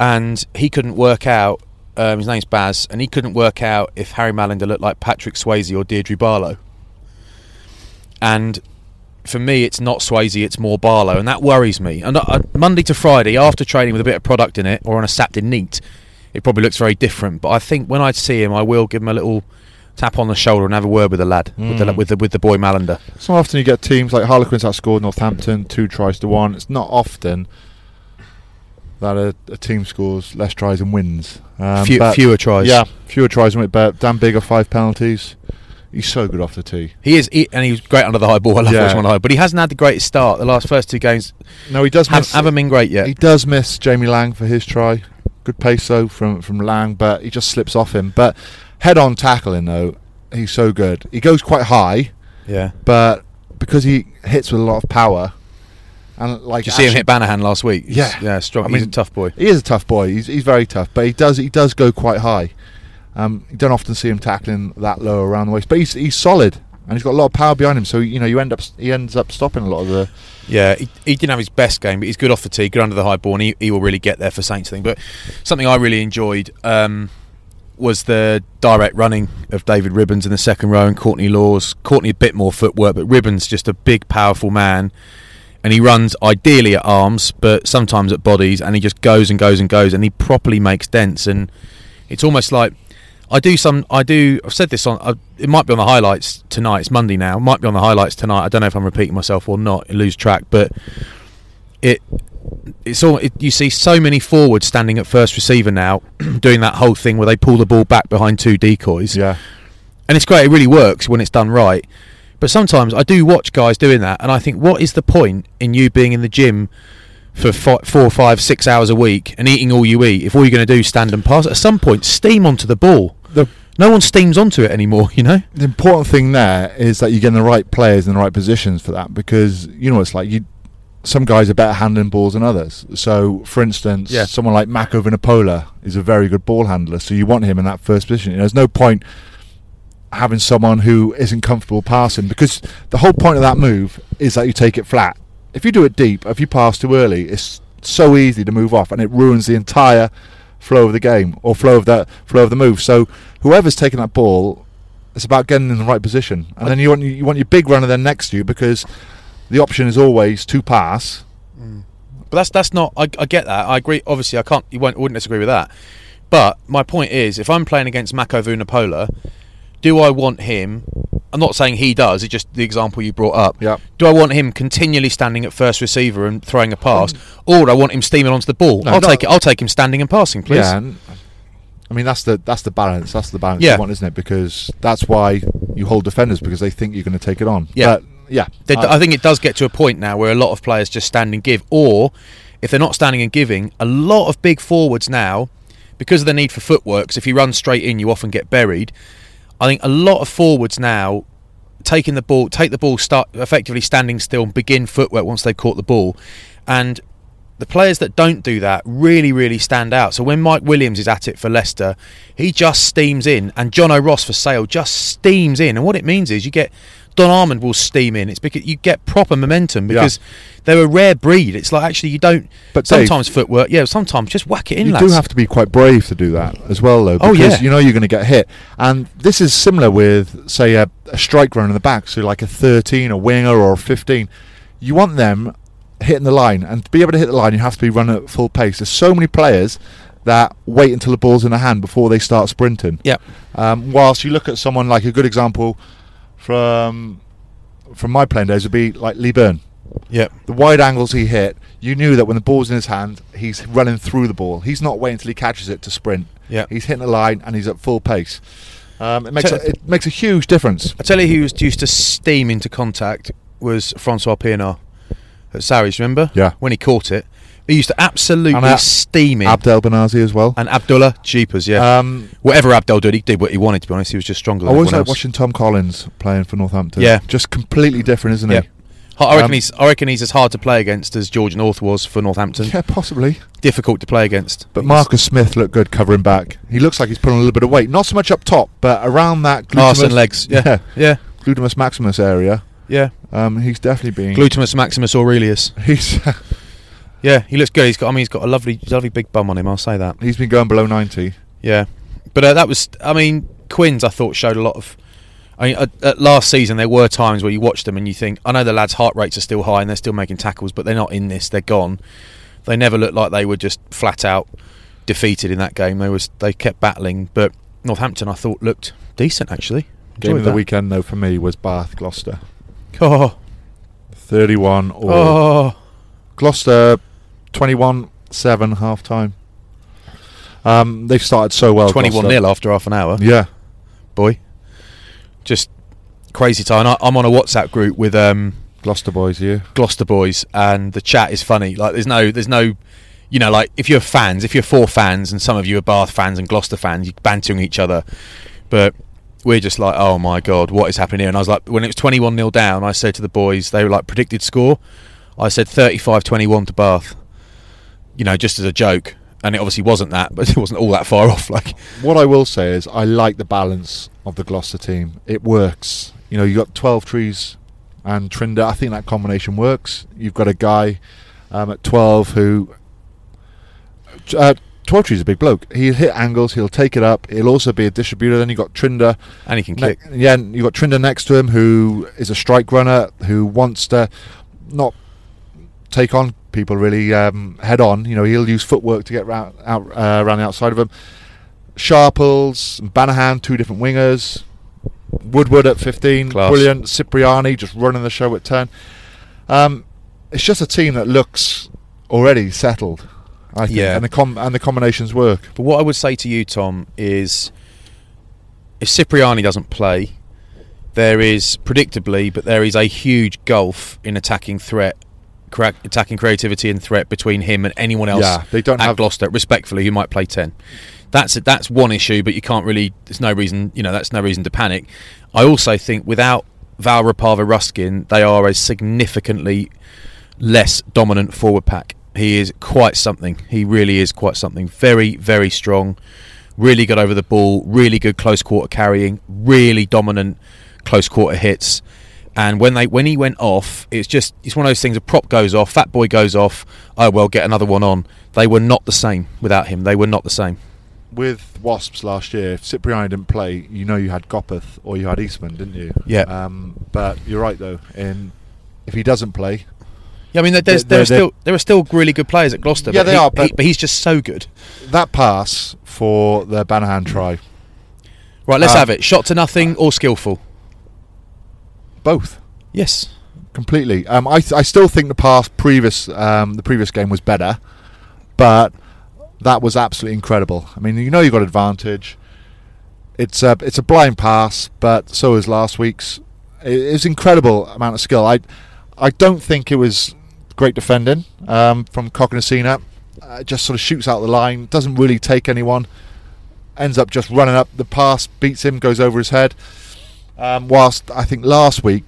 E: and he couldn't work out. Um, his name's Baz, and he couldn't work out if Harry Malinder looked like Patrick Swayze or Deirdre Barlow. And for me, it's not Swayze, it's more Barlow, and that worries me. And uh, Monday to Friday, after training with a bit of product in it, or on a Saturday neat, it probably looks very different. But I think when I see him, I will give him a little tap on the shoulder and have a word with the lad, with,
D: Mm.
E: the, with the with the boy Malander.
D: It's not often you get teams like Harlequins that scored Northampton two tries to one. It's not often that a, a team scores less tries and wins. Um,
E: Few-
D: but-
E: fewer tries.
D: Yeah, fewer tries and win. But Dan Bigger five penalties. He's so good off the tee.
E: He is, he, and he was great under the high ball. I love
D: Yeah.
E: yeah. one high, but he hasn't had the greatest start. The last first two games
D: No, he does
E: haven't,
D: miss.
E: haven't been great yet.
D: He does miss Jamie Lang for his try. Good pace though from from Lang, but he just slips off him. But head on tackling though, he's so good. He goes quite high,
E: yeah,
D: but because he hits with a lot of power, and like
E: did you see him
D: actually-
E: hit Banahan last week? He's-
D: Yeah.
E: yeah, strong.
D: I
E: he's
D: mean-
E: a tough boy.
D: He is a tough boy. He's, he's very tough, but he does he does go quite high. Um, you don't often see him tackling that low around the waist, but he's he's solid and he's got a lot of power behind him. So you know you end up he ends up stopping a lot of the.
E: Yeah, he, he didn't have his best game, but he's good off the tee, good under the high ball, and he, he will really get there for Saints thing. But something I really enjoyed um, was the direct running of David Ribbons in the second row and Courtney Laws. Courtney a bit more footwork, but Ribbons just a big, powerful man, and he runs ideally at arms, but sometimes at bodies, and he just goes and goes and goes, and he properly makes dents, and it's almost like. I do some. I do. I've said this on. I, it might be on the highlights tonight. It's Monday now. It might be on the highlights tonight. I don't know if I'm repeating myself or not. I lose track, but it. It's all. It, you see so many forwards standing at first receiver now, doing that whole thing where they pull the ball back behind two decoys and it's great. It really works when it's done right. But sometimes I do watch guys doing that, and I think, what is the point in you being in the gym for fi- four, five, six hours a week and eating all you eat if all you're going to do is stand and pass? At some point, steam onto the ball.
D: The-
E: no one steams onto it anymore. You know,
D: The important thing there is that you're getting the right players in the right positions for that because you know what it's like you. Some guys are better handling balls than others. So, for instance,
E: Yeah.
D: someone like Mako Vinopola is a very good ball handler. So you want him in that first position. You know, there's no point having someone who isn't comfortable passing because the whole point of that move is that you take it flat. If you do it deep, if you pass too early, it's so easy to move off and it ruins the entire flow of the game or flow of that flow of the move. So whoever's taking that ball, it's about getting in the right position. And then you want you want your big runner then next to you because the option is always to pass.
E: but that's that's not. I, I get that. I agree. Obviously, I can't. You won't. Wouldn't disagree with that. But my point is, if I'm playing against Mako Vunipola, do I want him? I'm not saying he does. It's just the example you brought up.
D: Yeah.
E: Do I want him continually standing at first receiver and throwing a pass, or do I want him steaming onto the ball?
D: Mm. No,
E: I'll
D: no.
E: take it. I'll take him standing and passing, please.
D: Yeah. And, I mean that's the that's the balance. That's the balance
E: Yeah.
D: you want, isn't it? Because that's why you hold defenders because they think you're going to take it on.
E: Yeah.
D: But, yeah.
E: They-
D: I-
E: I, think it does get to a point now where a lot of players just stand and give, or if they're not standing and giving, a lot of big forwards now, because of the need for footworks, if you run straight in, you often get buried. I think a lot of forwards now taking the ball, take the ball, start effectively standing still and begin footwork once they've caught the ball, and the players that don't do that really, really stand out. So when Mike Williams is at it for Leicester, he just steams in, and John O'Ross for Sale just steams in. And what it means is you get Don Armand will steam in. It's because you get proper momentum because they're a rare breed. It's like actually you don't.
D: But Dave-
E: sometimes footwork, yeah. Sometimes just whack it in.
D: you
E: lads.
D: do have to be quite brave to do that as well, though,
E: Oh,
D: because
E: yeah.
D: you know you're going to get hit. And this is similar with, say, a, a strike run in the back, so like a 13, a winger, or a 15. You want them hitting the line, and to be able to hit the line, you have to be running at full pace. There's so many players that wait until the ball's in the hand before they start sprinting.
E: Yep.
D: Um, whilst you look at someone like a good example from from my playing days would be like Lee Byrne
E: Yep.
D: the wide angles he hit, you knew that when the ball's in his hand, he's running through the ball. He's not waiting until he catches it to sprint.
E: Yeah.
D: he's hitting the line and he's at full pace. Um, it makes
E: So-
D: a, it makes a huge difference.
E: I tell you who was used to steam into contact was Francois Pienaar at Sarries, remember?
D: Yeah.
E: When he caught it. He used to absolutely
D: And Ab-
E: steam in.
D: Abdel Benazi as well.
E: and Abdullah, jeepers, yeah.
D: Um,
E: Whatever Abdul did, he did what he wanted, to be honest. He was just stronger
D: I
E: than
D: always
E: everyone
D: like
E: else.
D: watching Tom Collins playing for Northampton.
E: Yeah.
D: just completely different, isn't
E: Yeah.
D: he?
E: I reckon
D: Um,
E: he's. I reckon he's as hard to play against as George North was for Northampton.
D: Yeah, possibly.
E: Difficult to play against.
D: But
E: He's-
D: Marcus Smith looked good covering back. He looks like he's putting a little bit of weight, not so much up top, but around that
E: arse and
D: glutimus-
E: legs. Yeah, yeah,
D: glutimus maximus area.
E: yeah.
D: Um, he's definitely been.
E: Glutimus maximus aurelius.
D: he's
E: Yeah, he looks good. He's got. I mean, he's got a lovely, lovely big bum on him. I'll say that.
D: he's been going below ninety.
E: Yeah, but uh, that was. I mean, Quinns. I thought showed a lot of. I mean, at, at last season there were times where you watched them and you think, I know the lads' heart rates are still high and they're still making tackles, but they're not in this. They're gone. They never looked like they were just flat out defeated in that game. They was they kept battling, but Northampton I thought looked decent actually. Enjoyed
D: Game of the
E: that.
D: weekend though for me was Bath Gloucester,
E: Oh,
D: thirty-one all.
E: oh,
D: Gloucester 21 7 half time. Um, they've started so well.
E: 21
D: Gloucester.
E: nil after half an hour.
D: Yeah.
E: boy. Just crazy time. I, I'm on a WhatsApp group with um,
D: Gloucester boys, yeah.
E: Gloucester boys, and the chat is funny. Like, there's no, there's no, you know, like if you're fans, if you're four fans, and some of you are Bath fans and Gloucester fans, you're bantering each other. But we're just like, oh my god, what is happening here? And I was like, when it was 21 0 down, I said to the boys, they were like predicted score. I said 35 21 to Bath. You know, just as a joke. And it obviously wasn't that, but it wasn't all that far off. Like,
D: What I will say is, I like the balance of the Gloucester team. It works. You know, you've got 12 trees and Trinder. I think that combination works. You've got a guy um, at 12 who. Uh, 12 trees is a big bloke. He'll hit angles, he'll take it up, he'll also be a distributor. Then you've got Trinder.
E: and he can
D: Ne-
E: kick.
D: yeah, and you've got Trinder next to him, who is a strike runner, who wants to not take on people really um, head on. You know, he'll use footwork to get round, out, uh, around the outside of him. Sharples, Banahan, two different wingers. Woodward at 15,
E: Class.
D: brilliant. Cipriani just running the show at 10. Um, it's just a team that looks already settled, I think,
E: Yeah.
D: and the com- and the combinations work.
E: But what I would say to you, Tom, is if Cipriani doesn't play, there is predictably, but there is a huge gulf in attacking threat, cra- attacking creativity and threat between him and anyone else.
D: Yeah, they don't
E: at
D: have-
E: Gloucester. Respectfully, who might play ten. That's that's one issue, but you can't really. There's no reason, you know, that's no reason to panic. I also think without Val Rapava Ruskin, they are a significantly less dominant forward pack. He is quite something. He really is quite something. Very, very strong. Really good over the ball. Really good close quarter carrying. Really dominant close quarter hits. And when they when he went off, it's just it's one of those things. A prop goes off, fat boy goes off. Oh well, get another one on. They were not the same without him. They were not the same.
D: with Wasps last year, if Cipriani didn't play, you know you had Gopeth or you had Eastman, didn't you?
E: Yeah.
D: Um, but you're right though. In if he doesn't play,
E: Yeah, I mean, there- there's,
D: They're-
E: there are
D: they're-
E: still there are still really good players at Gloucester.
D: Yeah,
E: but
D: they
E: he-
D: are, but-
E: he- but he's just so good.
D: that pass for the Banahan try,
E: Right, let's
D: Uh,
E: have it. Shot to nothing or skillful.
D: both
E: Yes.
D: completely. Um, I I still think the pass previous um, the previous game was better, but that was absolutely incredible. I mean, you know you got advantage. It's a it's a blind pass, but so is last week's. It, it was incredible amount of skill. I I don't think it was great defending um, from Cognoscina. Uh, just sort of shoots out the line, doesn't really take anyone. Ends up just running up the pass, beats him, goes over his head. Um, whilst I think last week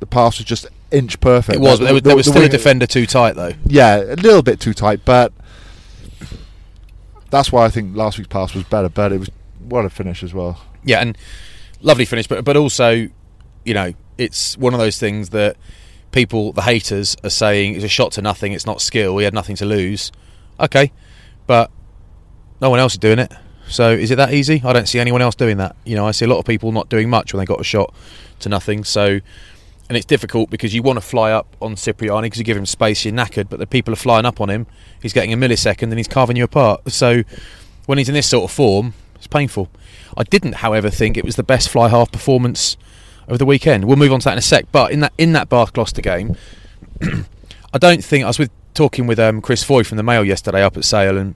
D: the pass was just inch perfect.
E: It was, but there was, there was
D: the
E: still a
D: winger-
E: defender too tight, though.
D: yeah, a little bit too tight, but that's why I think last week's pass was better. But it was what a finish as well.
E: Yeah, and lovely finish, but but also, you know, it's one of those things that people, the haters, are saying it's a shot to nothing. It's not skill. He had nothing to lose. Okay, but no one else is doing it. So is it that easy? I don't see anyone else doing that. You know, I see a lot of people not doing much when they got a shot to nothing. So. And it's difficult because you want to fly up on Cipriani because you give him space, you're knackered, but the people are flying up on him. He's getting a millisecond and he's carving you apart. So when he's in this sort of form, it's painful. I didn't, however, think it was the best fly half performance of the weekend. We'll move on to that in a sec. But in that in that Bath Gloucester game, I don't think I was with talking with um, Chris Foy from the Mail yesterday up at Sale, and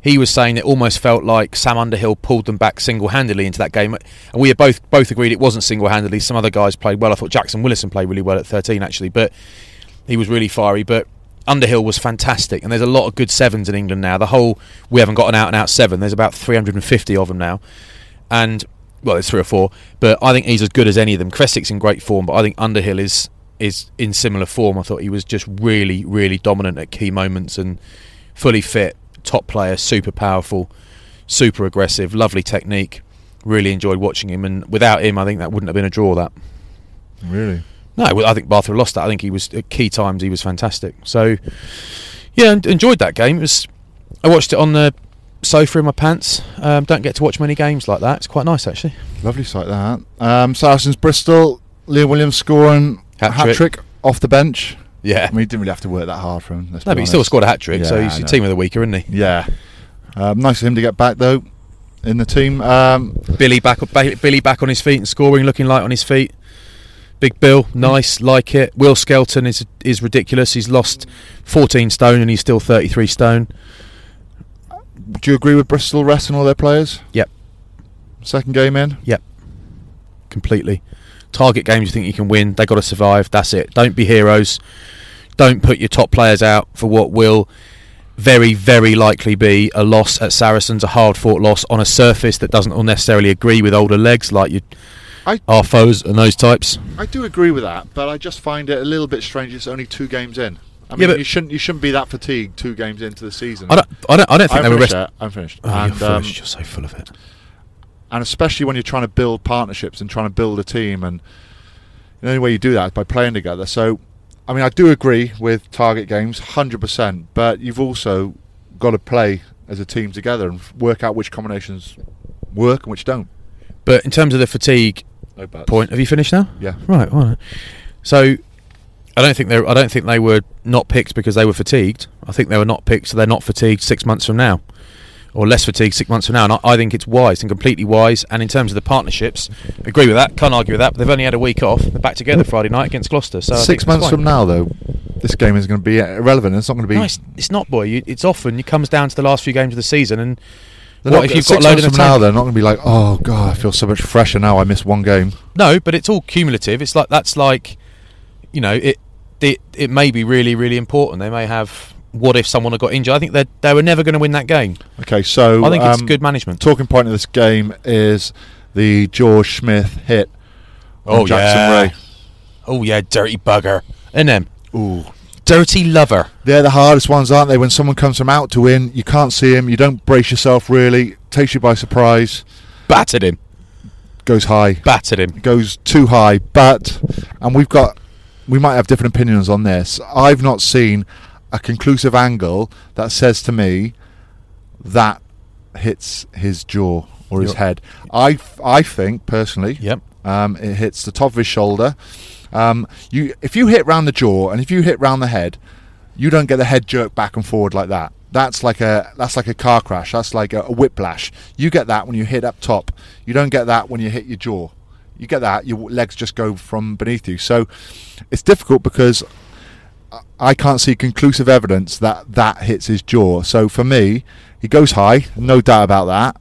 E: he was saying it almost felt like Sam Underhill pulled them back single-handedly into that game. And we had both both agreed it wasn't single-handedly. Some other guys played well. I thought Jackson Willison played really well at 13 actually, but he was really fiery. But Underhill was fantastic, and there's a lot of good sevens in England now. The whole we haven't got an out-and-out seven. There's about 350 of them now, and well, there's three or four. But I think he's as good as any of them. Creswick's in great form, but I think Underhill is is in similar form. I thought he was just really, really dominant at key moments and fully fit, top player, super powerful, super aggressive, lovely technique. Really enjoyed watching him, and without him, I think that wouldn't have been a draw. That
D: Really?
E: no, well, I think Bath would have lost that. I think he was at key times he was fantastic. So yeah, en- enjoyed that game. It was I watched it on the sofa in my pants. Um, don't get to watch many games like that. It's quite nice actually.
D: Lovely sight that. Um, Saracens Bristol, Liam Williams scoring a
E: Hat-trick.
D: hat trick off the bench.
E: Yeah.
D: I mean, he didn't really have to work that hard for him. Let's
E: No,
D: be
E: but he still
D: honest.
E: scored a hat trick, so
D: Yeah,
E: he's
D: I
E: your
D: know.
E: team of the weaker, isn't he?
D: Yeah. Um, nice of him to get back though, in the team. Um,
E: Billy back, ba- Billy back on his feet and scoring, looking light on his feet. Big Bill,
D: Mm.
E: nice, like it. Will Skelton is is ridiculous. He's lost 14 stone and he's still 33 stone.
D: do you agree with Bristol resting all their players?
E: Yep,
D: Second game in.
E: yep, completely. Target games you think you can win. They got to survive. That's it. Don't be heroes. Don't put your top players out for what will very, very likely be a loss at Saracens, a hard fought loss on a surface that doesn't necessarily agree with older legs like your
D: I-
E: our foes and those types.
D: I do agree with that, but I just find it a little bit strange. It's only two games in. I mean,
E: Yeah, but-
D: you shouldn't you shouldn't be that fatigued two games into the season.
E: I don't, I don't, I don't think
D: I'm
E: they were
D: finished.
E: rest-
D: there. I'm finished.
E: Oh,
D: and,
E: you're,
D: um,
E: foolish. You're so full of it.
D: and especially when you're trying to build partnerships and trying to build a team, and the only way you do that is by playing together. So, I mean, I do agree with target games, hundred percent. But you've also got to play as a team together and work out which combinations work and which don't.
E: But in terms of the fatigue
D: No buts.
E: point, have you finished now?
D: Yeah.
E: Right. All right. So, I don't think they. I don't think they were not picked because they were fatigued. I think they were not picked, so they're not fatigued six months from now, or less fatigued six months from now. And I, I think it's wise and completely wise. And in terms of the partnerships, agree with that. Can't argue with that. But they've only had a week off. They're back together Friday night against Gloucester. So I think
D: Six
E: it's
D: months
E: fine.
D: from now, though, this game is going to be irrelevant. It's not going to be.
E: No, it's, it's not, boy. You, it's often it comes down to the last few games of the season, and
D: They're
E: what
D: not-
E: if you've got
D: six
E: a load
D: months
E: in the
D: from now?
E: tank?
D: They're not going to be like, oh god, I feel so much fresher now. I missed one game.
E: No, but it's all cumulative. It's like that's like, you know, it it it may be really really important. They may have what if someone had got injured. I think they they were never going to win that game.
D: Okay, so
E: I think it's
D: um,
E: good management.
D: Talking point of this game is the George Smith hit. on
E: Oh, yeah. Oh yeah, dirty bugger. And them
D: Ray. Ooh,
E: dirty lover.
D: they're the hardest ones, aren't they? When someone comes from out to win, you can't see him. You don't brace yourself really. Takes you by surprise.
E: Battered him.
D: Goes high.
E: Battered him.
D: goes too high, but and we've got we might have different opinions on this. I've not seen a conclusive angle that says to me that hits his jaw or his
E: You're-
D: head. I I think personally,
E: Yep.
D: um, it hits the top of his shoulder. Um, you if you hit round the jaw and if you hit round the head, you don't get the head jerk back and forward like that. That's like a that's like a car crash. That's like a, a whiplash. You get that when you hit up top. You don't get that when you hit your jaw. You get that your w- legs just go from beneath you. So it's difficult because I- I can't see conclusive evidence that that hits his jaw. So for me, he goes high, no doubt about that.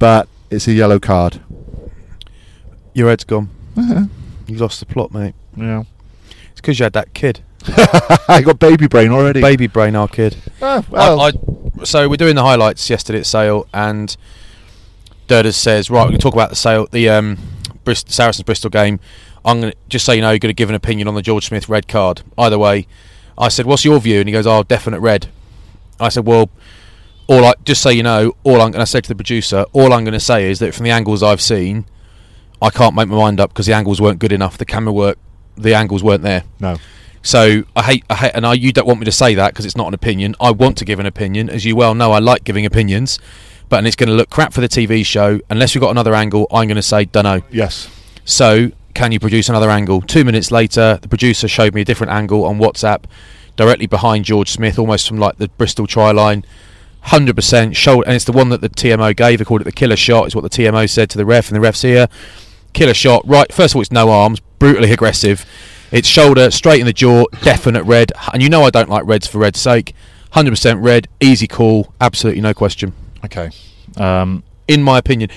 D: But it's a yellow card.
E: Your head's gone. You lost the plot, mate.
D: Yeah.
E: It's because you had that kid,
D: I got baby brain already.
E: baby brain, our kid.
D: Ah,
E: I-
D: well,
E: Uh, I, so we're doing the highlights yesterday at Sale, and Durdas says, "Right, we're going to talk about the Sale, the um, Brist- Saracens Bristol game. I'm going to just so you know, you're going to give an opinion on the George Smith red card. Either way, I said, what's your view? And he goes, oh, definite red. I said, well, all I just so you know, all I'm going to say to the producer, all I'm going to say is that from the angles I've seen, I can't make my mind up because the angles weren't good enough. The camera work, the angles weren't there.
D: no.
E: So I hate, I hate, and I, you don't want me to say that because it's not an opinion. I want to give an opinion, as you well know. I like giving opinions, but and it's going to look crap for the TV show unless we've got another angle. I'm going to say dunno.
D: Yes.
E: So can you produce another angle? Two minutes later, the producer showed me a different angle on WhatsApp, directly behind George Smith, almost from like the Bristol try line. Hundred percent shoulder, and it's the one that the TMO gave. They called it the killer shot. Is what the TMO said to the ref, and the refs here, killer shot. Right, first of all, it's no arms, brutally aggressive. It's shoulder straight in the jaw, definite red. And you know I don't like reds for red's sake. Hundred percent red, easy call, absolutely no question.
D: Okay. Um,
E: In my opinion,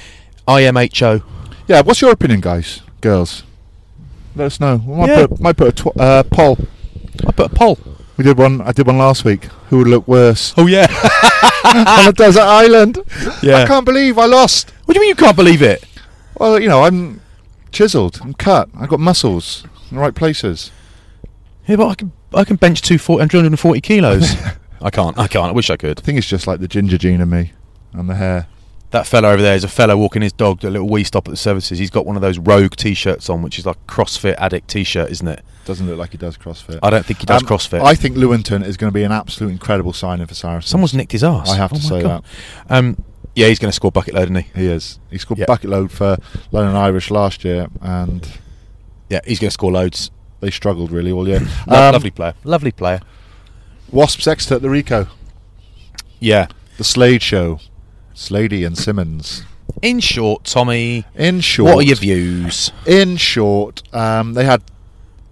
E: IMHO.
D: yeah. What's your opinion, guys, girls? Let us know. We might
E: Yeah.
D: put, might put a tw- uh, poll.
E: I put a poll.
D: We did one. I did one last week. Who would look worse
E: Oh yeah,
D: on a desert island?
E: yeah.
D: I can't believe I lost.
E: What do you mean you can't believe it?
D: Well, you know, I'm chiseled. I'm cut. I've got muscles in the right places.
E: Yeah, but I can I can bench 240, 340 kilos. I can't. I can't. I wish I could.
D: I think it's just like the ginger gene in me and the hair.
E: That fella over there is a fella walking his dog to a little wee stop at the services. He's got one of those rogue t-shirts on, which is like CrossFit addict t-shirt, isn't it?
D: Doesn't look like he does CrossFit.
E: I don't think he does
D: Um,
E: CrossFit.
D: I think Lewington is going to be an absolute incredible signing for Saracens.
E: Someone's nicked Oh his ass.
D: I have to say
E: that. Um, yeah, he's going to score bucket load, isn't he?
D: He is. He scored
E: Yeah.
D: bucket load for London Irish last year, and
E: Yeah, he's going to score loads.
D: they struggled really all year.
E: Lo-
D: Um,
E: lovely player. Lovely player.
D: Wasps Exeter at the Rico.
E: Yeah.
D: The Slade Show. Sladey and Simmons.
E: In short, Tommy,
D: In short,
E: what are your views?
D: in short, um, they had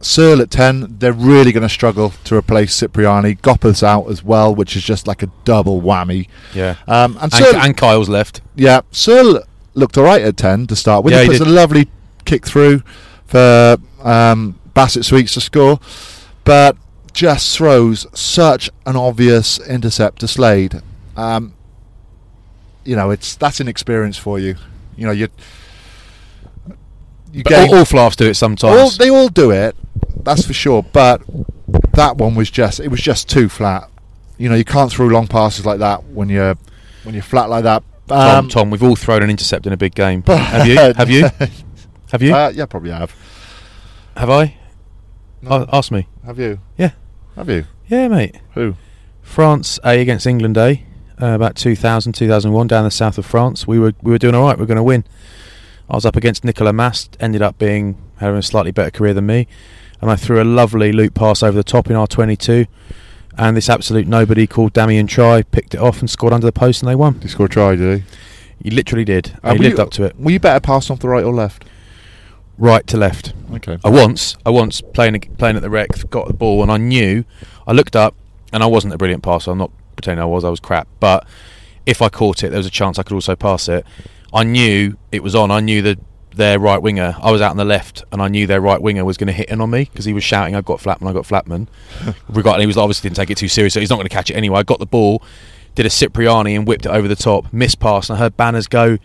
D: Searle at 10. They're really going to struggle to replace Cipriani. Gopper's out as well, which is just like a double whammy.
E: Yeah.
D: Um, and
E: and,
D: Searle,
E: and Kyle's left.
D: yeah, Searle looked all right at 10 to start with.
E: Yeah,
D: he
E: he
D: puts
E: did.
D: a lovely kick through for um, Bassett Sweets to score, but just throws such an obvious intercept to Slade. Um, you know, it's that's an experience for you. You know, you you
E: But all, all flaps do it sometimes.
D: all, they all do it, that's for sure. But that one was just it was just too flat. You know, you can't throw long passes like that when you're when you're flat like that.
E: Tom,
D: Um,
E: Tom, we've all thrown an intercept in a big game. Have you? Have you? Have you?
D: Uh, yeah, probably have.
E: Have I? A- ask me.
D: Have you?
E: Yeah.
D: Have you?
E: Yeah, mate.
D: Who?
E: France A against England A, uh, about 2000, 2001, down the south of France. We were we were doing all right. We were going to win. I was up against Nicola Mast, ended up being having a slightly better career than me, and I threw a lovely loop pass over the top in our 22, and this absolute nobody called Damien Try picked it off and scored under the post, and they won.
D: He scored a try, did he?
E: He literally did.
D: Uh,
E: he
D: were
E: lived
D: you-
E: up to it,
D: Were you better passed off the right or left?
E: right to left.
D: Okay.
E: I once, I once playing playing at the rec, got the ball, and I knew. I looked up, and I wasn't a brilliant passer. I'm not pretending I was. I was crap. But if I caught it, there was a chance I could also pass it. I knew it was on. I knew that their right winger. I was out on the left, and I knew their right winger was going to hit in on me because he was shouting, "I've got Flatman, I've got Flatman." Regarding, he was obviously didn't take it too seriously. He's not going to catch it anyway. I got the ball, did a Cipriani, and whipped it over the top. Missed pass, and I heard banners go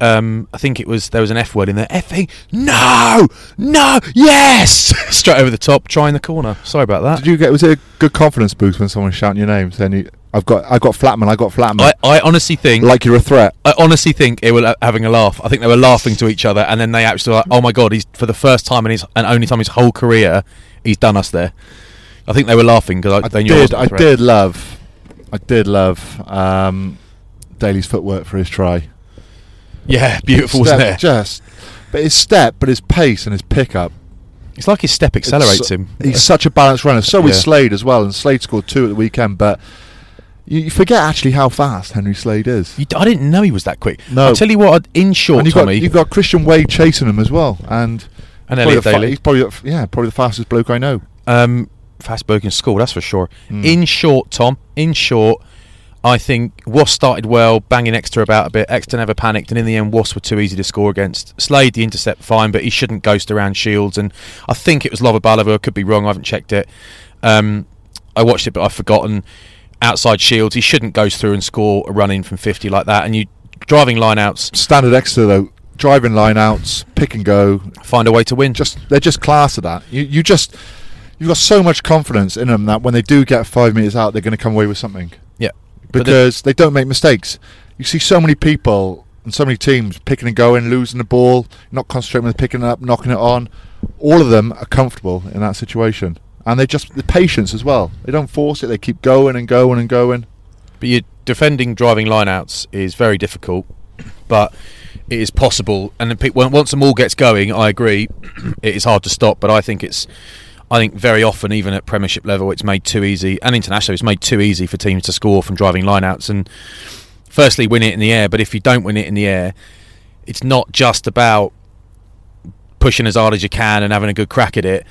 E: um, I think it was there was an F word in there. Effing no, no, yes, straight over the top, trying the corner. Sorry about that.
D: Did you get? Was it a good confidence boost when someone's shouting your name saying, you, "I've got, I've got Flatman, I got Flatman,"
E: I, I honestly think,
D: like you're a threat?
E: I honestly think they were uh, having a laugh. I think they were laughing to each other, and then they actually, were like, oh my god, he's for the first time in his and only time his whole career, he's done us there. I think they were laughing because
D: I
E: they knew.
D: did.
E: wasn't a
D: I
E: threat.
D: did love. I did love um, Daly's footwork for his try.
E: Yeah, beautiful, wasn't
D: Step-
E: it?
D: Just, but his step, but his pace and his pickup
E: It's like his step
D: it's
E: accelerates
D: su-
E: him.
D: He's such a balanced runner. So is
E: Yeah.
D: Slade as well, and Slade scored two at the weekend. But you, you forget actually how fast Henry Slade is.
E: You d- I didn't know he was that quick.
D: No.
E: I tell you what, in short,
D: and you've got,
E: Tommy,
D: you've got Christian Wade chasing him as well, and
E: and
D: probably
E: Elliot
D: the fa-
E: Daly.
D: he's probably the f- yeah probably the fastest bloke I know.
E: Um, fast broken school, that's for sure. In short, Tom, in short, I think Wasps started well, banging Exeter about a bit. Exeter never panicked, and in the end, Wasps were too easy to score against. Slade the intercept fine, but he shouldn't ghost around Shields. And I think it was Lovabalova. I could be wrong. I haven't checked it. Um, I watched it, but I've forgotten. Outside Shields, he shouldn't ghost through and score a run in from fifty like that. And you driving line outs,
D: Standard Exeter though, driving line outs, pick and go,
E: find a way to win.
D: just they're just class at that. You you just you've got so much confidence in them that when they do get five meters out, they're going to come away with something.
E: yeah, But the-
D: because they don't make mistakes. You see so many people and so many teams picking and going, losing the ball, not concentrating on picking it up, knocking it on. All of them are comfortable in that situation, and they just the patience as well. They don't force it. They keep going and going and going.
E: But you defending driving lineouts is very difficult, but it is possible. And then pe- when, once the ball gets going, I agree, it is hard to stop. But I think it's, I think very often, even at Premiership level, it's made too easy, and internationally, it's made too easy for teams to score from driving lineouts. And firstly, win it in the air. But if you don't win it in the air, it's not just about pushing as hard as you can and having a good crack at it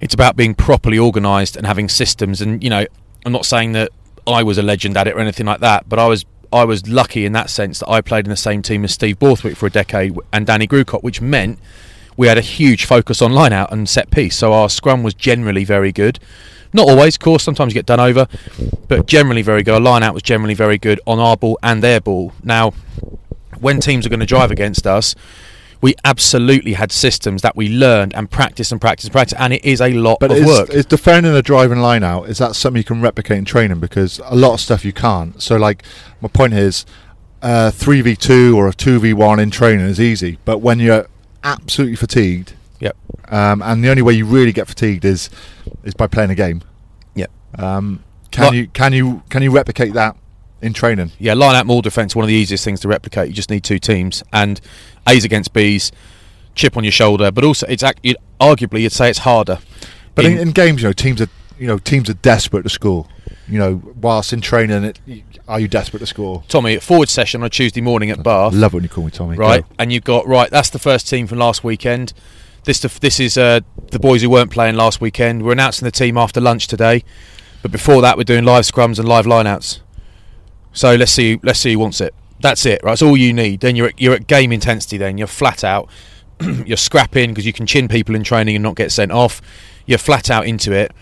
E: it's about being properly organised and having systems. And you know, I'm not saying that I was a legend at it or anything like that, but I was I was lucky in that sense that I played in the same team as Steve Borthwick for a decade and Danny Grucott, which meant we had a huge focus on line out and set piece. So our scrum was generally very good. Not always, of course. Sometimes you get done over, but generally very good. Our line out was generally very good on our ball and their ball. Now, when teams are going to drive against us, we absolutely had systems that we learned and practiced and practiced and practiced, and it is a lot
D: But
E: of
D: is,
E: work.
D: is defending a driving line out, is that something you can replicate in training? Because a lot of stuff you can't. So, like, my point is, uh, 3v2 or a 2v1 in training is easy. But when you're absolutely fatigued,
E: yep,
D: um, and the only way you really get fatigued is is by playing a game.
E: yep.
D: Um, can
E: Like-
D: you can you can you replicate that in training?
E: yeah, line out mall defence, one of the easiest things to replicate. You just need two teams and A's against B's, chip on your shoulder, but also it's ac- you'd, arguably you'd say it's harder.
D: But in, in games, you know, teams are you know teams are desperate to score. You know, whilst in training, it, are you desperate to score?
E: Tommy, at forward session on a Tuesday morning at Bath,
D: Love it when you call me Tommy.
E: right?
D: Go.
E: And you've got right. That's the first team from last weekend. This the, this is uh, the boys who weren't playing last weekend. We're announcing the team after lunch today, but before that, we're doing live scrums and live lineouts. So let's see let's see who wants it. That's it, right? That's all you need. Then you're at, you're at game intensity. Then you're flat out. you're scrapping because you can chin people in training and not get sent off. You're flat out into it.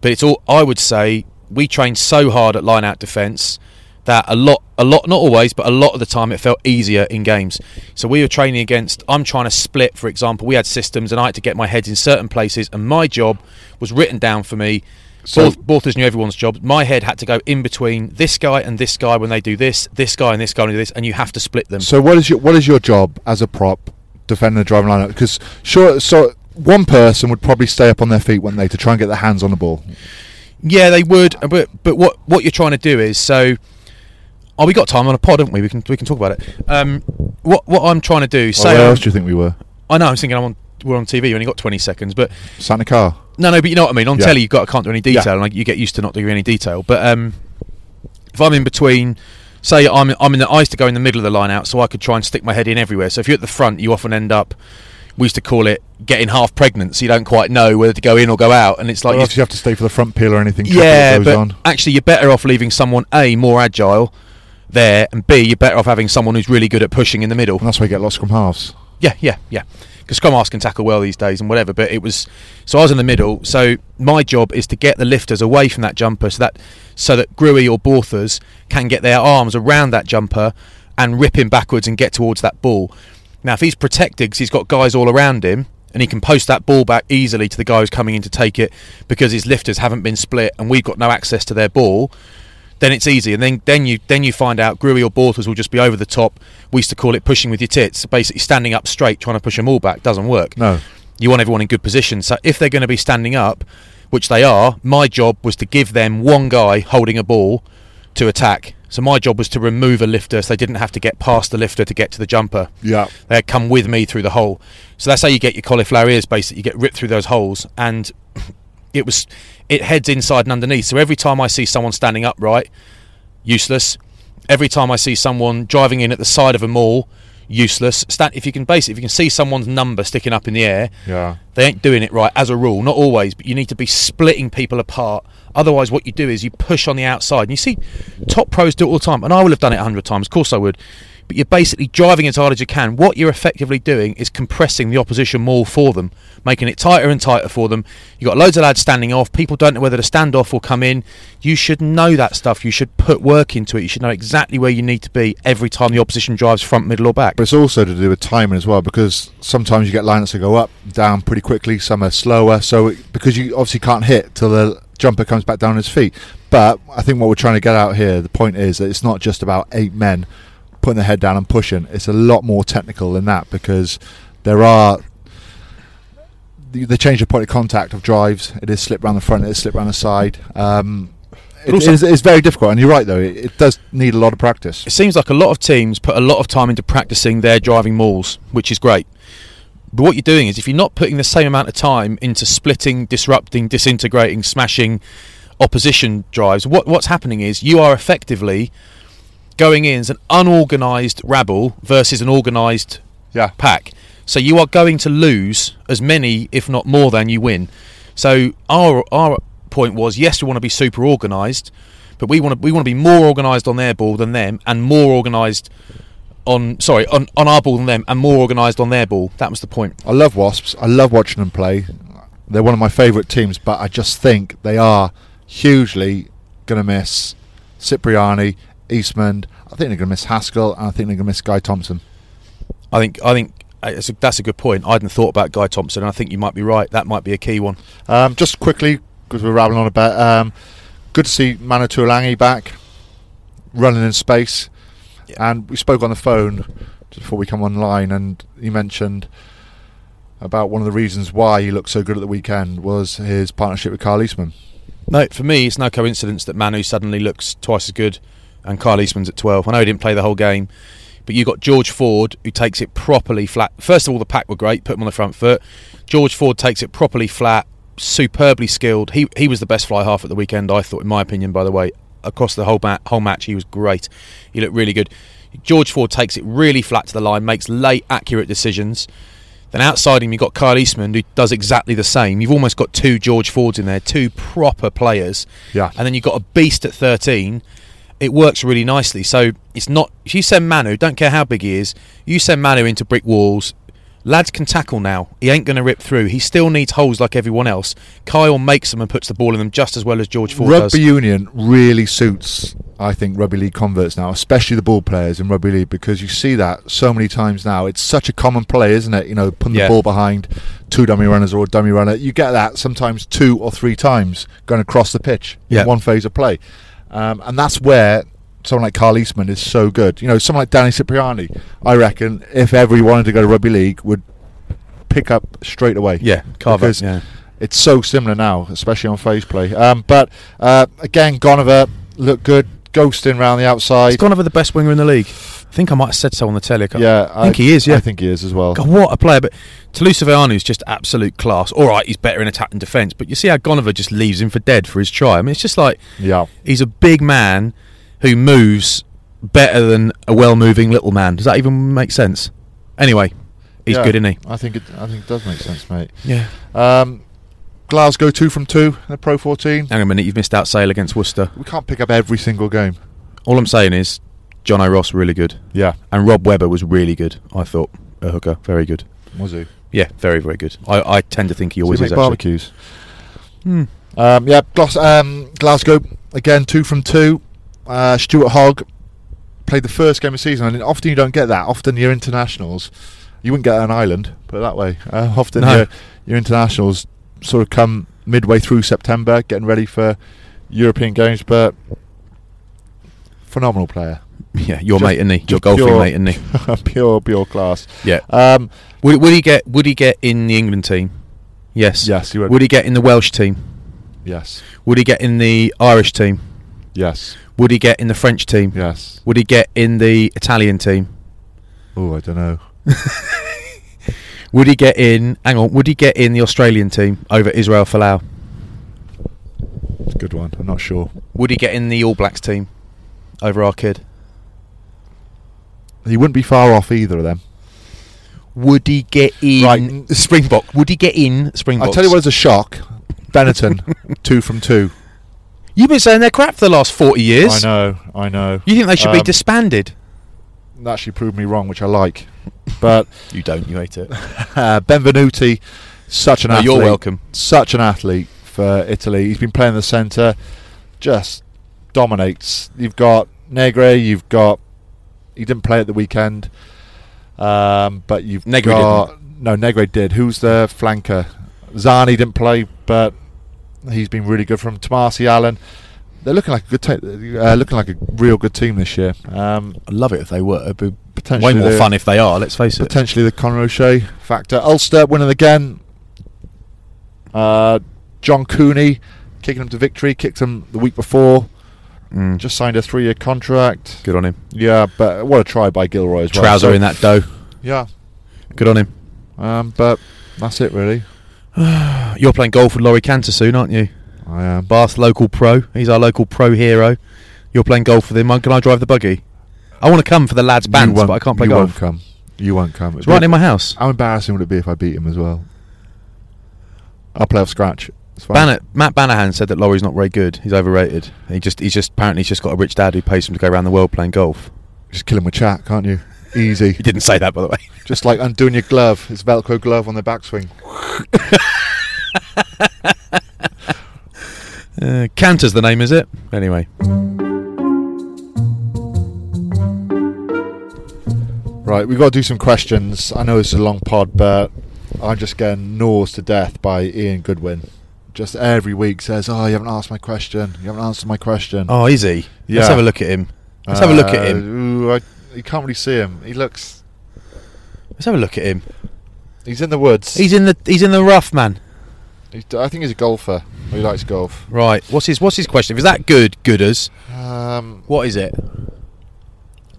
E: But it's all I would say. We trained so hard at line out defence that a lot, a lot, not always, but a lot of the time it felt easier in games. So we were training against. I'm trying to split, for example. We had systems, and I had to get my head in certain places. And my job was written down for me.
D: So-
E: Borth- Borthers knew everyone's job. My head had to go in between this guy and this guy when they do this, this guy and this guy and this, and you have to split them.
D: So what is your what is your job as a prop defending the driving lineup? Because sure, so one person would probably stay up on their feet, wouldn't they, to try and get their hands on the ball?
E: Yeah, they would. But but what what you're trying to do is so. Oh, we got time on a pod, haven't we? We can we can talk about it. Um, what what I'm trying to do?
D: Or
E: Say, um,
D: where
E: I'm-
D: else do you think we were?
E: I know I'm thinking I'm on. We're on TV. You only got 20 seconds, but
D: Sat in a car.
E: no, no. But you know what I mean. On
D: Yeah.
E: telly, you've got I can't do any detail,
D: Yeah.
E: and like, you get used to not doing any detail. But um, if I'm in between, say I'm I'm in the I used to go in the middle of the line out, so I could try and stick my head in everywhere. So if you're at the front, you often end up. We used to call it getting half pregnant, so you don't quite know whether to go in or go out, and it's like
D: Like
E: you
D: you have to stay for the front peel or anything. traffic
E: yeah,
D: goes
E: but
D: on.
E: actually, you're better off leaving someone a more agile there, and b you're better off having someone who's really good at pushing in the middle.
D: and that's why you get lost from halves.
E: Yeah, yeah, yeah. Because scrum halves can tackle well these days and whatever, but it was so I was in the middle. So my job is to get the lifters away from that jumper, so that so that Gruey or Borthers can get their arms around that jumper and rip him backwards and get towards that ball. Now, if he's protected, because he's got guys all around him, and he can post that ball back easily to the guy who's coming in to take it, because his lifters haven't been split and we've got no access to their ball then it's easy. And then, then you then you find out Gruey or Borthers will just be over the top. We used to call it pushing with your tits, basically standing up straight, trying to push them all back. Doesn't work.
D: No.
E: You want everyone in good position. So if they're going to be standing up, which they are, my job was to give them one guy holding a ball to attack. So my job was to remove a lifter so they didn't have to get past the lifter to get to the jumper.
D: Yeah.
E: They had come with me through the hole. So that's how you get your cauliflower ears basically. You get ripped through those holes and it was it heads inside and underneath. So every time I see someone standing upright, useless. Every time I see someone driving in at the side of a mall, useless. Stand, if you can basically if you can see someone's number sticking up in the air,
D: Yeah.
E: they ain't doing it right as a rule, not always, but you need to be splitting people apart. Otherwise, what you do is you push on the outside. And you see top pros do it all the time, and I will have done it 100 times, of course I would. But you're basically driving as hard as you can. What you're effectively doing is compressing the opposition wall for them, making it tighter and tighter for them. You've got loads of lads standing off. People don't know whether to stand off or come in. You should know that stuff. You should put work into it. You should know exactly where you need to be every time the opposition drives front, middle, or back.
D: But it's also to do with timing as well, because sometimes you get lineups that go up, down pretty quickly. Some are slower, so it, because you obviously can't hit till the jumper comes back down his feet. But I think what we're trying to get out here, the point is that it's not just about eight men putting their head down and pushing. It's a lot more technical than that because there are they they change the point of contact of drives. It is slip round the front, it is slip round the side. Um, it
E: also-
D: is, it's very difficult, and you're right though. It, it does need a lot of practice.
E: it seems like a lot of teams put a lot of time into practicing their driving mauls, which is great. But what you're doing is if you're not putting the same amount of time into splitting, disrupting, disintegrating, smashing opposition drives, what, what's happening is you are effectively going in as an unorganised rabble versus an organised
D: Yeah.
E: pack. So you are going to lose as many, if not more, than you win. So our our point was yes, we want to be super organised, but we want to we want to be more organised on their ball than them, and more organised on sorry on, on our ball than them, and more organised on their ball. That was the point.
D: I love Wasps. I love watching them play. They're one of my favourite teams, but I just think they are hugely going to miss Cipriani, Eastman. I think they're going to miss Haskell, and I think they're going to miss Guy Thompson.
E: I think I think I- it's a, that's a good point. I hadn't thought about Guy Thompson, and I think you might be right. That might be a key one.
D: Um, just quickly, because we're rattling on a bit. Um, good to see Manu Tuolangi back, running in space. And we spoke on the phone just before we come online, and he mentioned about one of the reasons why he looked so good at the weekend was his partnership with Carl Eastman.
E: No, for me, it's no coincidence that Manu suddenly looks twice as good, and Kyle Eastman's at twelve. I know he didn't play the whole game, but you have got George Ford who takes it properly flat. First of all, the pack were great, put him on the front foot. George Ford takes it properly flat, superbly skilled. He he was the best fly half at the weekend, I thought, in my opinion. By the way, across the whole ma- whole match, he was great. He looked really good. George Ford takes it really flat to the line, makes late accurate decisions. Then outside him, you've got Kyle Eastman, who does exactly the same. You've almost got two George Fords in there, two proper players.
D: Yeah.
E: And then you've got a beast at 13. It works really nicely. So it's not. If you send Manu, don't care how big he is, you send Manu into brick walls. Lads can tackle now. He ain't going to rip through. He still needs holes like everyone else. Kyle makes them and puts the ball in them just as well as George Ford
D: rugby
E: does.
D: union really suits, I think, rugby league converts now, especially the ball players in rugby league, because you see that so many times now. It's such a common play, isn't it? You know, putting
E: Yeah.
D: the ball behind two dummy runners or a dummy runner. You get that sometimes two or three times going across the pitch
E: Yeah.
D: in one phase of play, um, and that's where. Someone like Carl Eastman is so good. You know, someone like Danny Cipriani, I reckon, if ever he wanted to go to rugby league, would pick up straight away.
E: Yeah, carve up,
D: Because
E: yeah.
D: It's so similar now, especially on phase play. Um, but uh, again, Gonover looked good, ghosting round the
E: He's
D: outside.
E: gone over the best winger in the league. I think I might have said so on the telly. I can't-
D: yeah,
E: I think he is. Yeah,
D: I think he is as well.
E: God, what a player! But Talusavaianu's just absolute class. All right, he's better in attack and defence, but you see how Gonover just leaves him for dead for his try. I mean, it's just like
D: Yeah,
E: he's a big man who moves better than a well-moving little man. Does that even make sense? Anyway, he's
D: Yeah,
E: good, isn't he?
D: I think it. I think it does make sense, mate.
E: Yeah.
D: Um, Glasgow two from two in the Pro 14.
E: Hang on a minute, you've missed out Sale against Worcester.
D: We can't pick up every single game.
E: All I'm saying is, John O'Ross really good,
D: Yeah,
E: and Rob Webber was really good. I thought a hooker, very good.
D: was he?
E: Yeah, very very good. I, I tend to think he always
D: Does he
E: is.
D: make
E: actually.
D: barbecues.
E: Hmm.
D: Um, yeah, Glas- um, Glasgow again, two from two. Uh, Stuart Hogg played the first game of the season, and often you don't get that. Often your internationals, you wouldn't get an island, put it that way. Uh, often
E: No.
D: your, your internationals sort of come midway through September, getting ready for European games. But phenomenal player,
E: Yeah, your
D: Just-
E: mate, isn't he? Your
D: just
E: golfing
D: pure-
E: mate, isn't he?
D: pure pure class.
E: Yeah.
D: Um,
E: Would, would he get? Would he get in the England team? Yes.
D: Yes, he would.
E: Would he get in the Welsh team?
D: yes,
E: Would he get in the Irish team?
D: yes,
E: Would he get in the French team?
D: yes.
E: Would he get in the Italian team?
D: Oh, I don't know.
E: Would he get in? Hang on. Would he get in the Australian team over Israel Folau?
D: Good one. I'm not sure.
E: Would he get in the All Blacks team over our kid?
D: He wouldn't be far off either of them.
E: Would he get in
D: Right.
E: Springbok? Would he get in Springbok?
D: I'll tell you what is a shock. Benetton, two from two.
E: You've been saying they're crap for the last forty years.
D: I know, I know.
E: You think they should be
D: Um,
E: disbanded?
D: that actually proved me wrong, which I like. But
E: You don't. You hate it.
D: uh, Benvenuti, such an
E: No,
D: athlete.
E: you're welcome.
D: Such an athlete for Italy. He's been playing the centre, just dominates. You've got Negre, you've got. He didn't play at the weekend, um, but you've
E: Negre
D: got. No, Negre did. Who's the flanker? Zani didn't play, but he's been really good from Tomasi Allen. They're looking like a good, te- uh, looking like a real good team this year. Um,
E: I'd love it if they were. It'd be
D: Potentially
E: way more
D: they-
E: fun if they are. Let's face it.
D: potentially the Conor O'Shea factor. Ulster winning again. Uh, John Cooney kicking them to victory, kicked them the week before.
E: Mm.
D: Just signed a three year contract.
E: Good on him.
D: Yeah, but what a try by Gilroy as well.
E: Trouser
D: So,
E: in that dough.
D: Yeah,
E: Good on him.
D: um, but that's it really.
E: You're playing golf with Laurie Cantor soon, aren't you?
D: I um, am.
E: Bath local pro. He's our local pro hero. You're playing golf with him. Can I drive the buggy? I want to come for the lads' bands, but I can't play
D: you
E: golf.
D: won't come. You won't come.
E: It's right in my house.
D: How embarrassing would it be if I beat him as well? I'll play off scratch. It's fine.
E: Banner, Matt Banahan said that Laurie's not very good. He's overrated. He just, he's just apparently he's just got a rich dad who pays him to go around the world playing golf.
D: Just kill him with chat, can't you? Easy.
E: He didn't say that, by the way.
D: Just like undoing your glove, it's Velcro glove on the backswing.
E: Uh, Cantor's the name, is it? Anyway,
D: Right, we've got to do some questions. I know it's a long pod, but I'm just getting gnawed to death by Ian Goodwin. Just every week says, "Oh, you haven't asked my question. You haven't answered my question."
E: Oh, is he?
D: Yeah.
E: Let's have a look at him. Let's have a look at
D: Uh,
E: him.
D: Ooh, I, you can't really see him. He looks. Uh,
E: Let's have a look at him.
D: He's in the woods.
E: He's in the he's in the rough, man.
D: He's- I think he's a golfer. He likes golf.
E: Right. What's his What's his question? If it's that good, gooders,
D: Um,
E: what is it?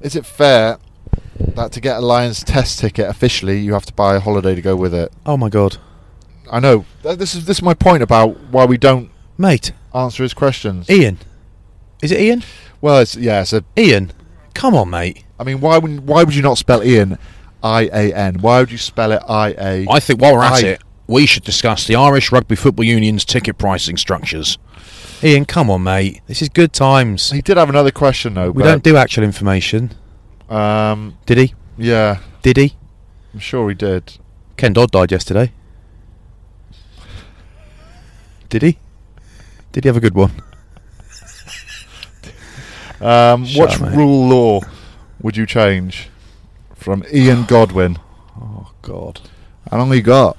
D: is it fair that to get a Lions test ticket officially, you have to buy a holiday to go with it?
E: Oh my god,
D: I know. Th- This is this is my point about why we don't
E: mate,
D: answer his questions.
E: Ian. Is it Ian?
D: Well, it's yeah. It's a.
E: Ian, come on, mate.
D: I mean, why would why would you not spell Ian, I A N? Why would you spell it I A?
E: I think while we're at
D: I-
E: it, we should discuss the Irish Rugby Football Union's ticket pricing structures. Ian, come on, mate. This is good times.
D: He did have another question though.
E: we
D: but,
E: don't do actual information.
D: Um.
E: Did he?
D: Yeah.
E: Did he?
D: I'm sure he did.
E: Ken Dodd died yesterday. Did he? Did he have a good one?
D: Um,
E: Shut
D: what
E: up, mate.
D: rule law would you change from Ian Godwin?
E: Oh God.
D: How long have you got?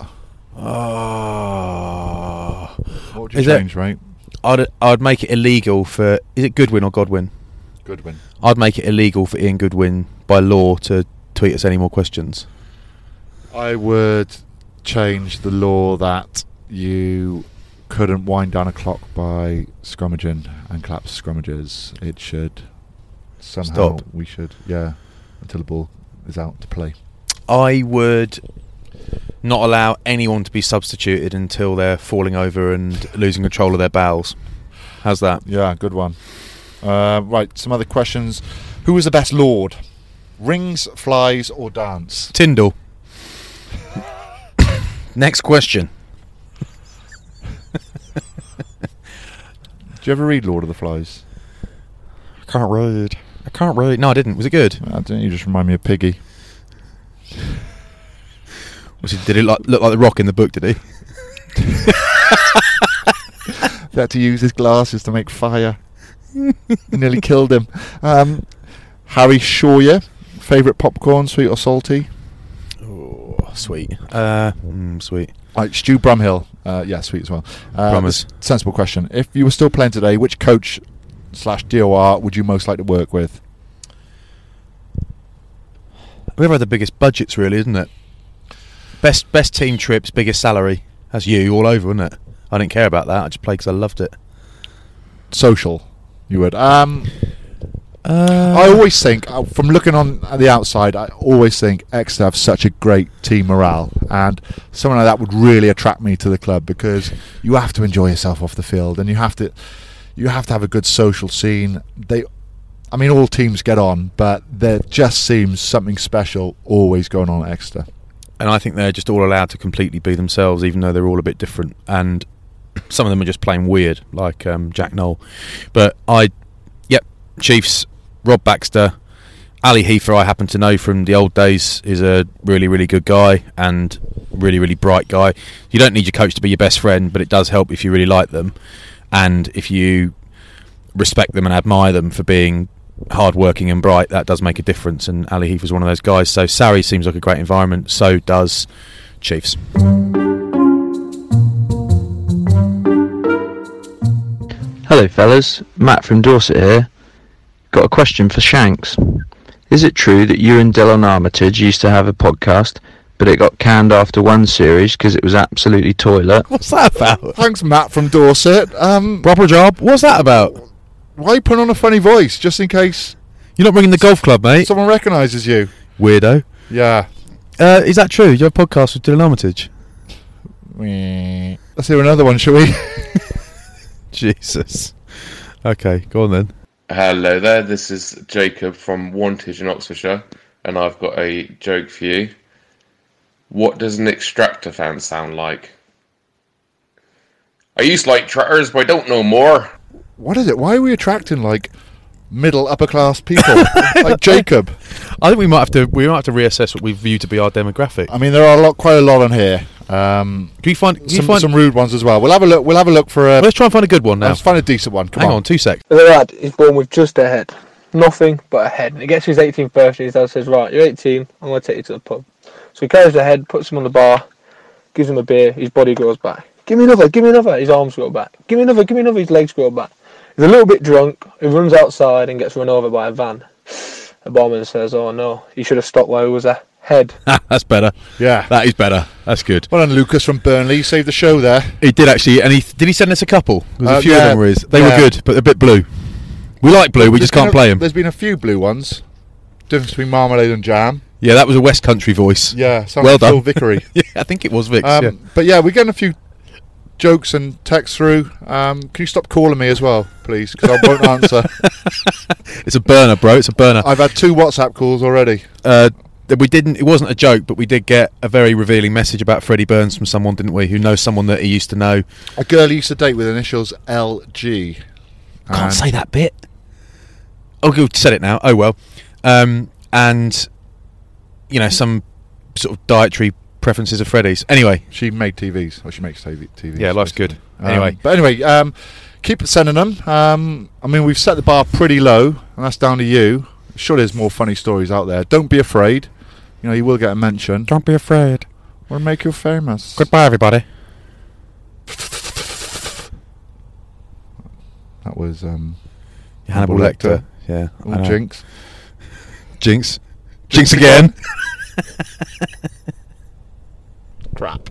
E: Oh.
D: What would you
E: Is it-
D: change, mate?
E: I'd I'd make it illegal for is it Goodwin or Godwin?
D: Goodwin.
E: I'd make it illegal for Ian Goodwin by law to tweet us any more questions.
D: I would change the law that you couldn't wind down a clock by scrummaging and clap scrummages. It should somehow
E: Stop.
D: we should yeah until the ball is out to play.
E: I would not allow anyone to be substituted until they're falling over and losing control of their bowels. How's that?
D: Yeah, good one. Uh, right, some other questions. Who was the best lord? Rings, flies, or dance?
E: Tyndall. Next question.
D: Did you ever read Lord of the Flies?
E: I can't read. I can't read. No, I didn't. Was it good?
D: Uh, didn't you just remind me of Piggy?
E: Was it, did it like, look like the rock in the book? Did he?
D: He had to use his glasses to make fire. Nearly killed him. Um, Harry Shawyer, favourite popcorn, sweet or salty?
E: Oh, sweet. Uh, mm, sweet.
D: Like Stu Brumhill, uh, yeah, sweet as well. Uh,
E: Brummers.
D: s- Sensible question. If you were still playing today, which coach slash DOR would you most like to work with?
E: We've had the biggest budgets, really, isn't it? Best best team trips, biggest salary. That's you all over, isn't it? I didn't care about that. I just played because I loved it.
D: Social, you would. Um,
E: Uh,
D: I always think, uh, from looking on at the outside, I always think Exeter have such a great team morale, and someone like that would really attract me to the club because you have to enjoy yourself off the field, and you have to, you have to have a good social scene. They, I mean, all teams get on, but there just seems something special always going on at Exeter.
E: and I think they're just all allowed to completely be themselves, even though they're all a bit different. And some of them are just plain weird, like um, Jack Knoll. But I, yep, Chiefs, Rob Baxter, Ali Heifer, I happen to know from the old days, is a really, really good guy and really, really bright guy. You don't need your coach to be your best friend, but it does help if you really like them and if you respect them and admire them for being hardworking and bright, that does make a difference. And Ali Heath was one of those guys. So Sarri seems like a great environment. So does Chiefs.
G: Hello, fellas. Matt from Dorset here. Got a question for Shanks. Is it true that you and Dylan Armitage used to have a podcast, but it got canned after one series because it was absolutely toilet?
E: What's that about?
D: Thanks, Matt from Dorset. Um,
E: Proper job. What's that about?
D: why are you putting on a funny voice just in case
E: You're not ringing the golf club, mate.
D: someone recognises you?
E: Weirdo.
D: Yeah.
E: Uh, is that true? You have a podcast with Dylan Armitage?
D: Let's hear another one, shall we?
E: Jesus. Okay, go on then.
H: Hello there, this is Jacob from Wantage in Oxfordshire, and I've got a joke for you. What does an extractor fan sound like? I used to like truckers, but I don't know more.
D: what is it? Why are we attracting like middle upper class people like Jacob?
E: I think we might have to we might have to reassess what we view to be our demographic.
D: I mean, there are a lot, quite a lot on here. Um,
E: Can you find? Can you
D: some,
E: find?
D: some rude ones as well. We'll have a look. We'll have a look for a.
E: let's try and find a good one now.
D: Let's find a decent one. Come
E: Hang on, two secs.
I: The lad is born with just a head.
G: nothing but a head. And he gets to his 18th birthday, his dad says, Right, you're 18, I'm going to take you to the pub. So he carries the head, puts him on the bar, gives him a beer, his body goes back. Give me another, give me another, his arms go back. Give me another, give me another, his legs go back. He's a little bit drunk, he runs outside and gets run over by a van. The barman says, Oh no, he should have stopped while he was a head.
E: That's better.
D: Yeah,
E: that is better. That's good.
D: Well done, Lucas from Burnley. You saved the show there.
E: He did actually, and he did he send us a couple. 'Cause
D: Uh,
E: a few
D: yeah,
E: of them were his. They
D: yeah.
E: were good, but a bit blue. We like blue. We
D: There's
E: just can't
D: been a-
E: play them.
D: There's been a few blue ones. Difference between marmalade and jam.
E: Yeah, that was a West Country voice.
D: Yeah, sounds
E: well
D: like
E: done,
D: Phil Vickery.
E: yeah, I think it was Vicks.
D: Um,
E: yeah.
D: But yeah, we're getting a few jokes and texts through. Um, can you stop calling me as well, please? Because I won't answer.
E: It's a burner, bro. It's a burner.
D: I've had two WhatsApp calls already.
E: Uh, that we didn't. It wasn't a joke, but we did get a very revealing message about Freddie Burns from someone, didn't we? Who knows someone that he used to know.
D: A girl he used to date with initials LG.
E: Can't
D: And-
E: say that bit. Oh, you said it now. Oh well. Um, and you know some sort of dietary preferences of Freddie's. Anyway,
D: She made TVs, or she makes TV, TVs.
E: Yeah, life's good.
D: Um,
E: Anyway.
D: but anyway, um, keep sending them. Um, I mean, we've set the bar pretty low, and that's down to you. Sure, there's more funny stories out there. Don't be afraid. You know, you will get a mention.
E: don't be afraid.
D: We'll make you famous.
E: Goodbye, everybody.
D: That was um,
E: Hannibal Lecter. Yeah, I
D: Ooh,
E: know.
D: Jinx.
E: Jinx. Jinx again.
D: Crap.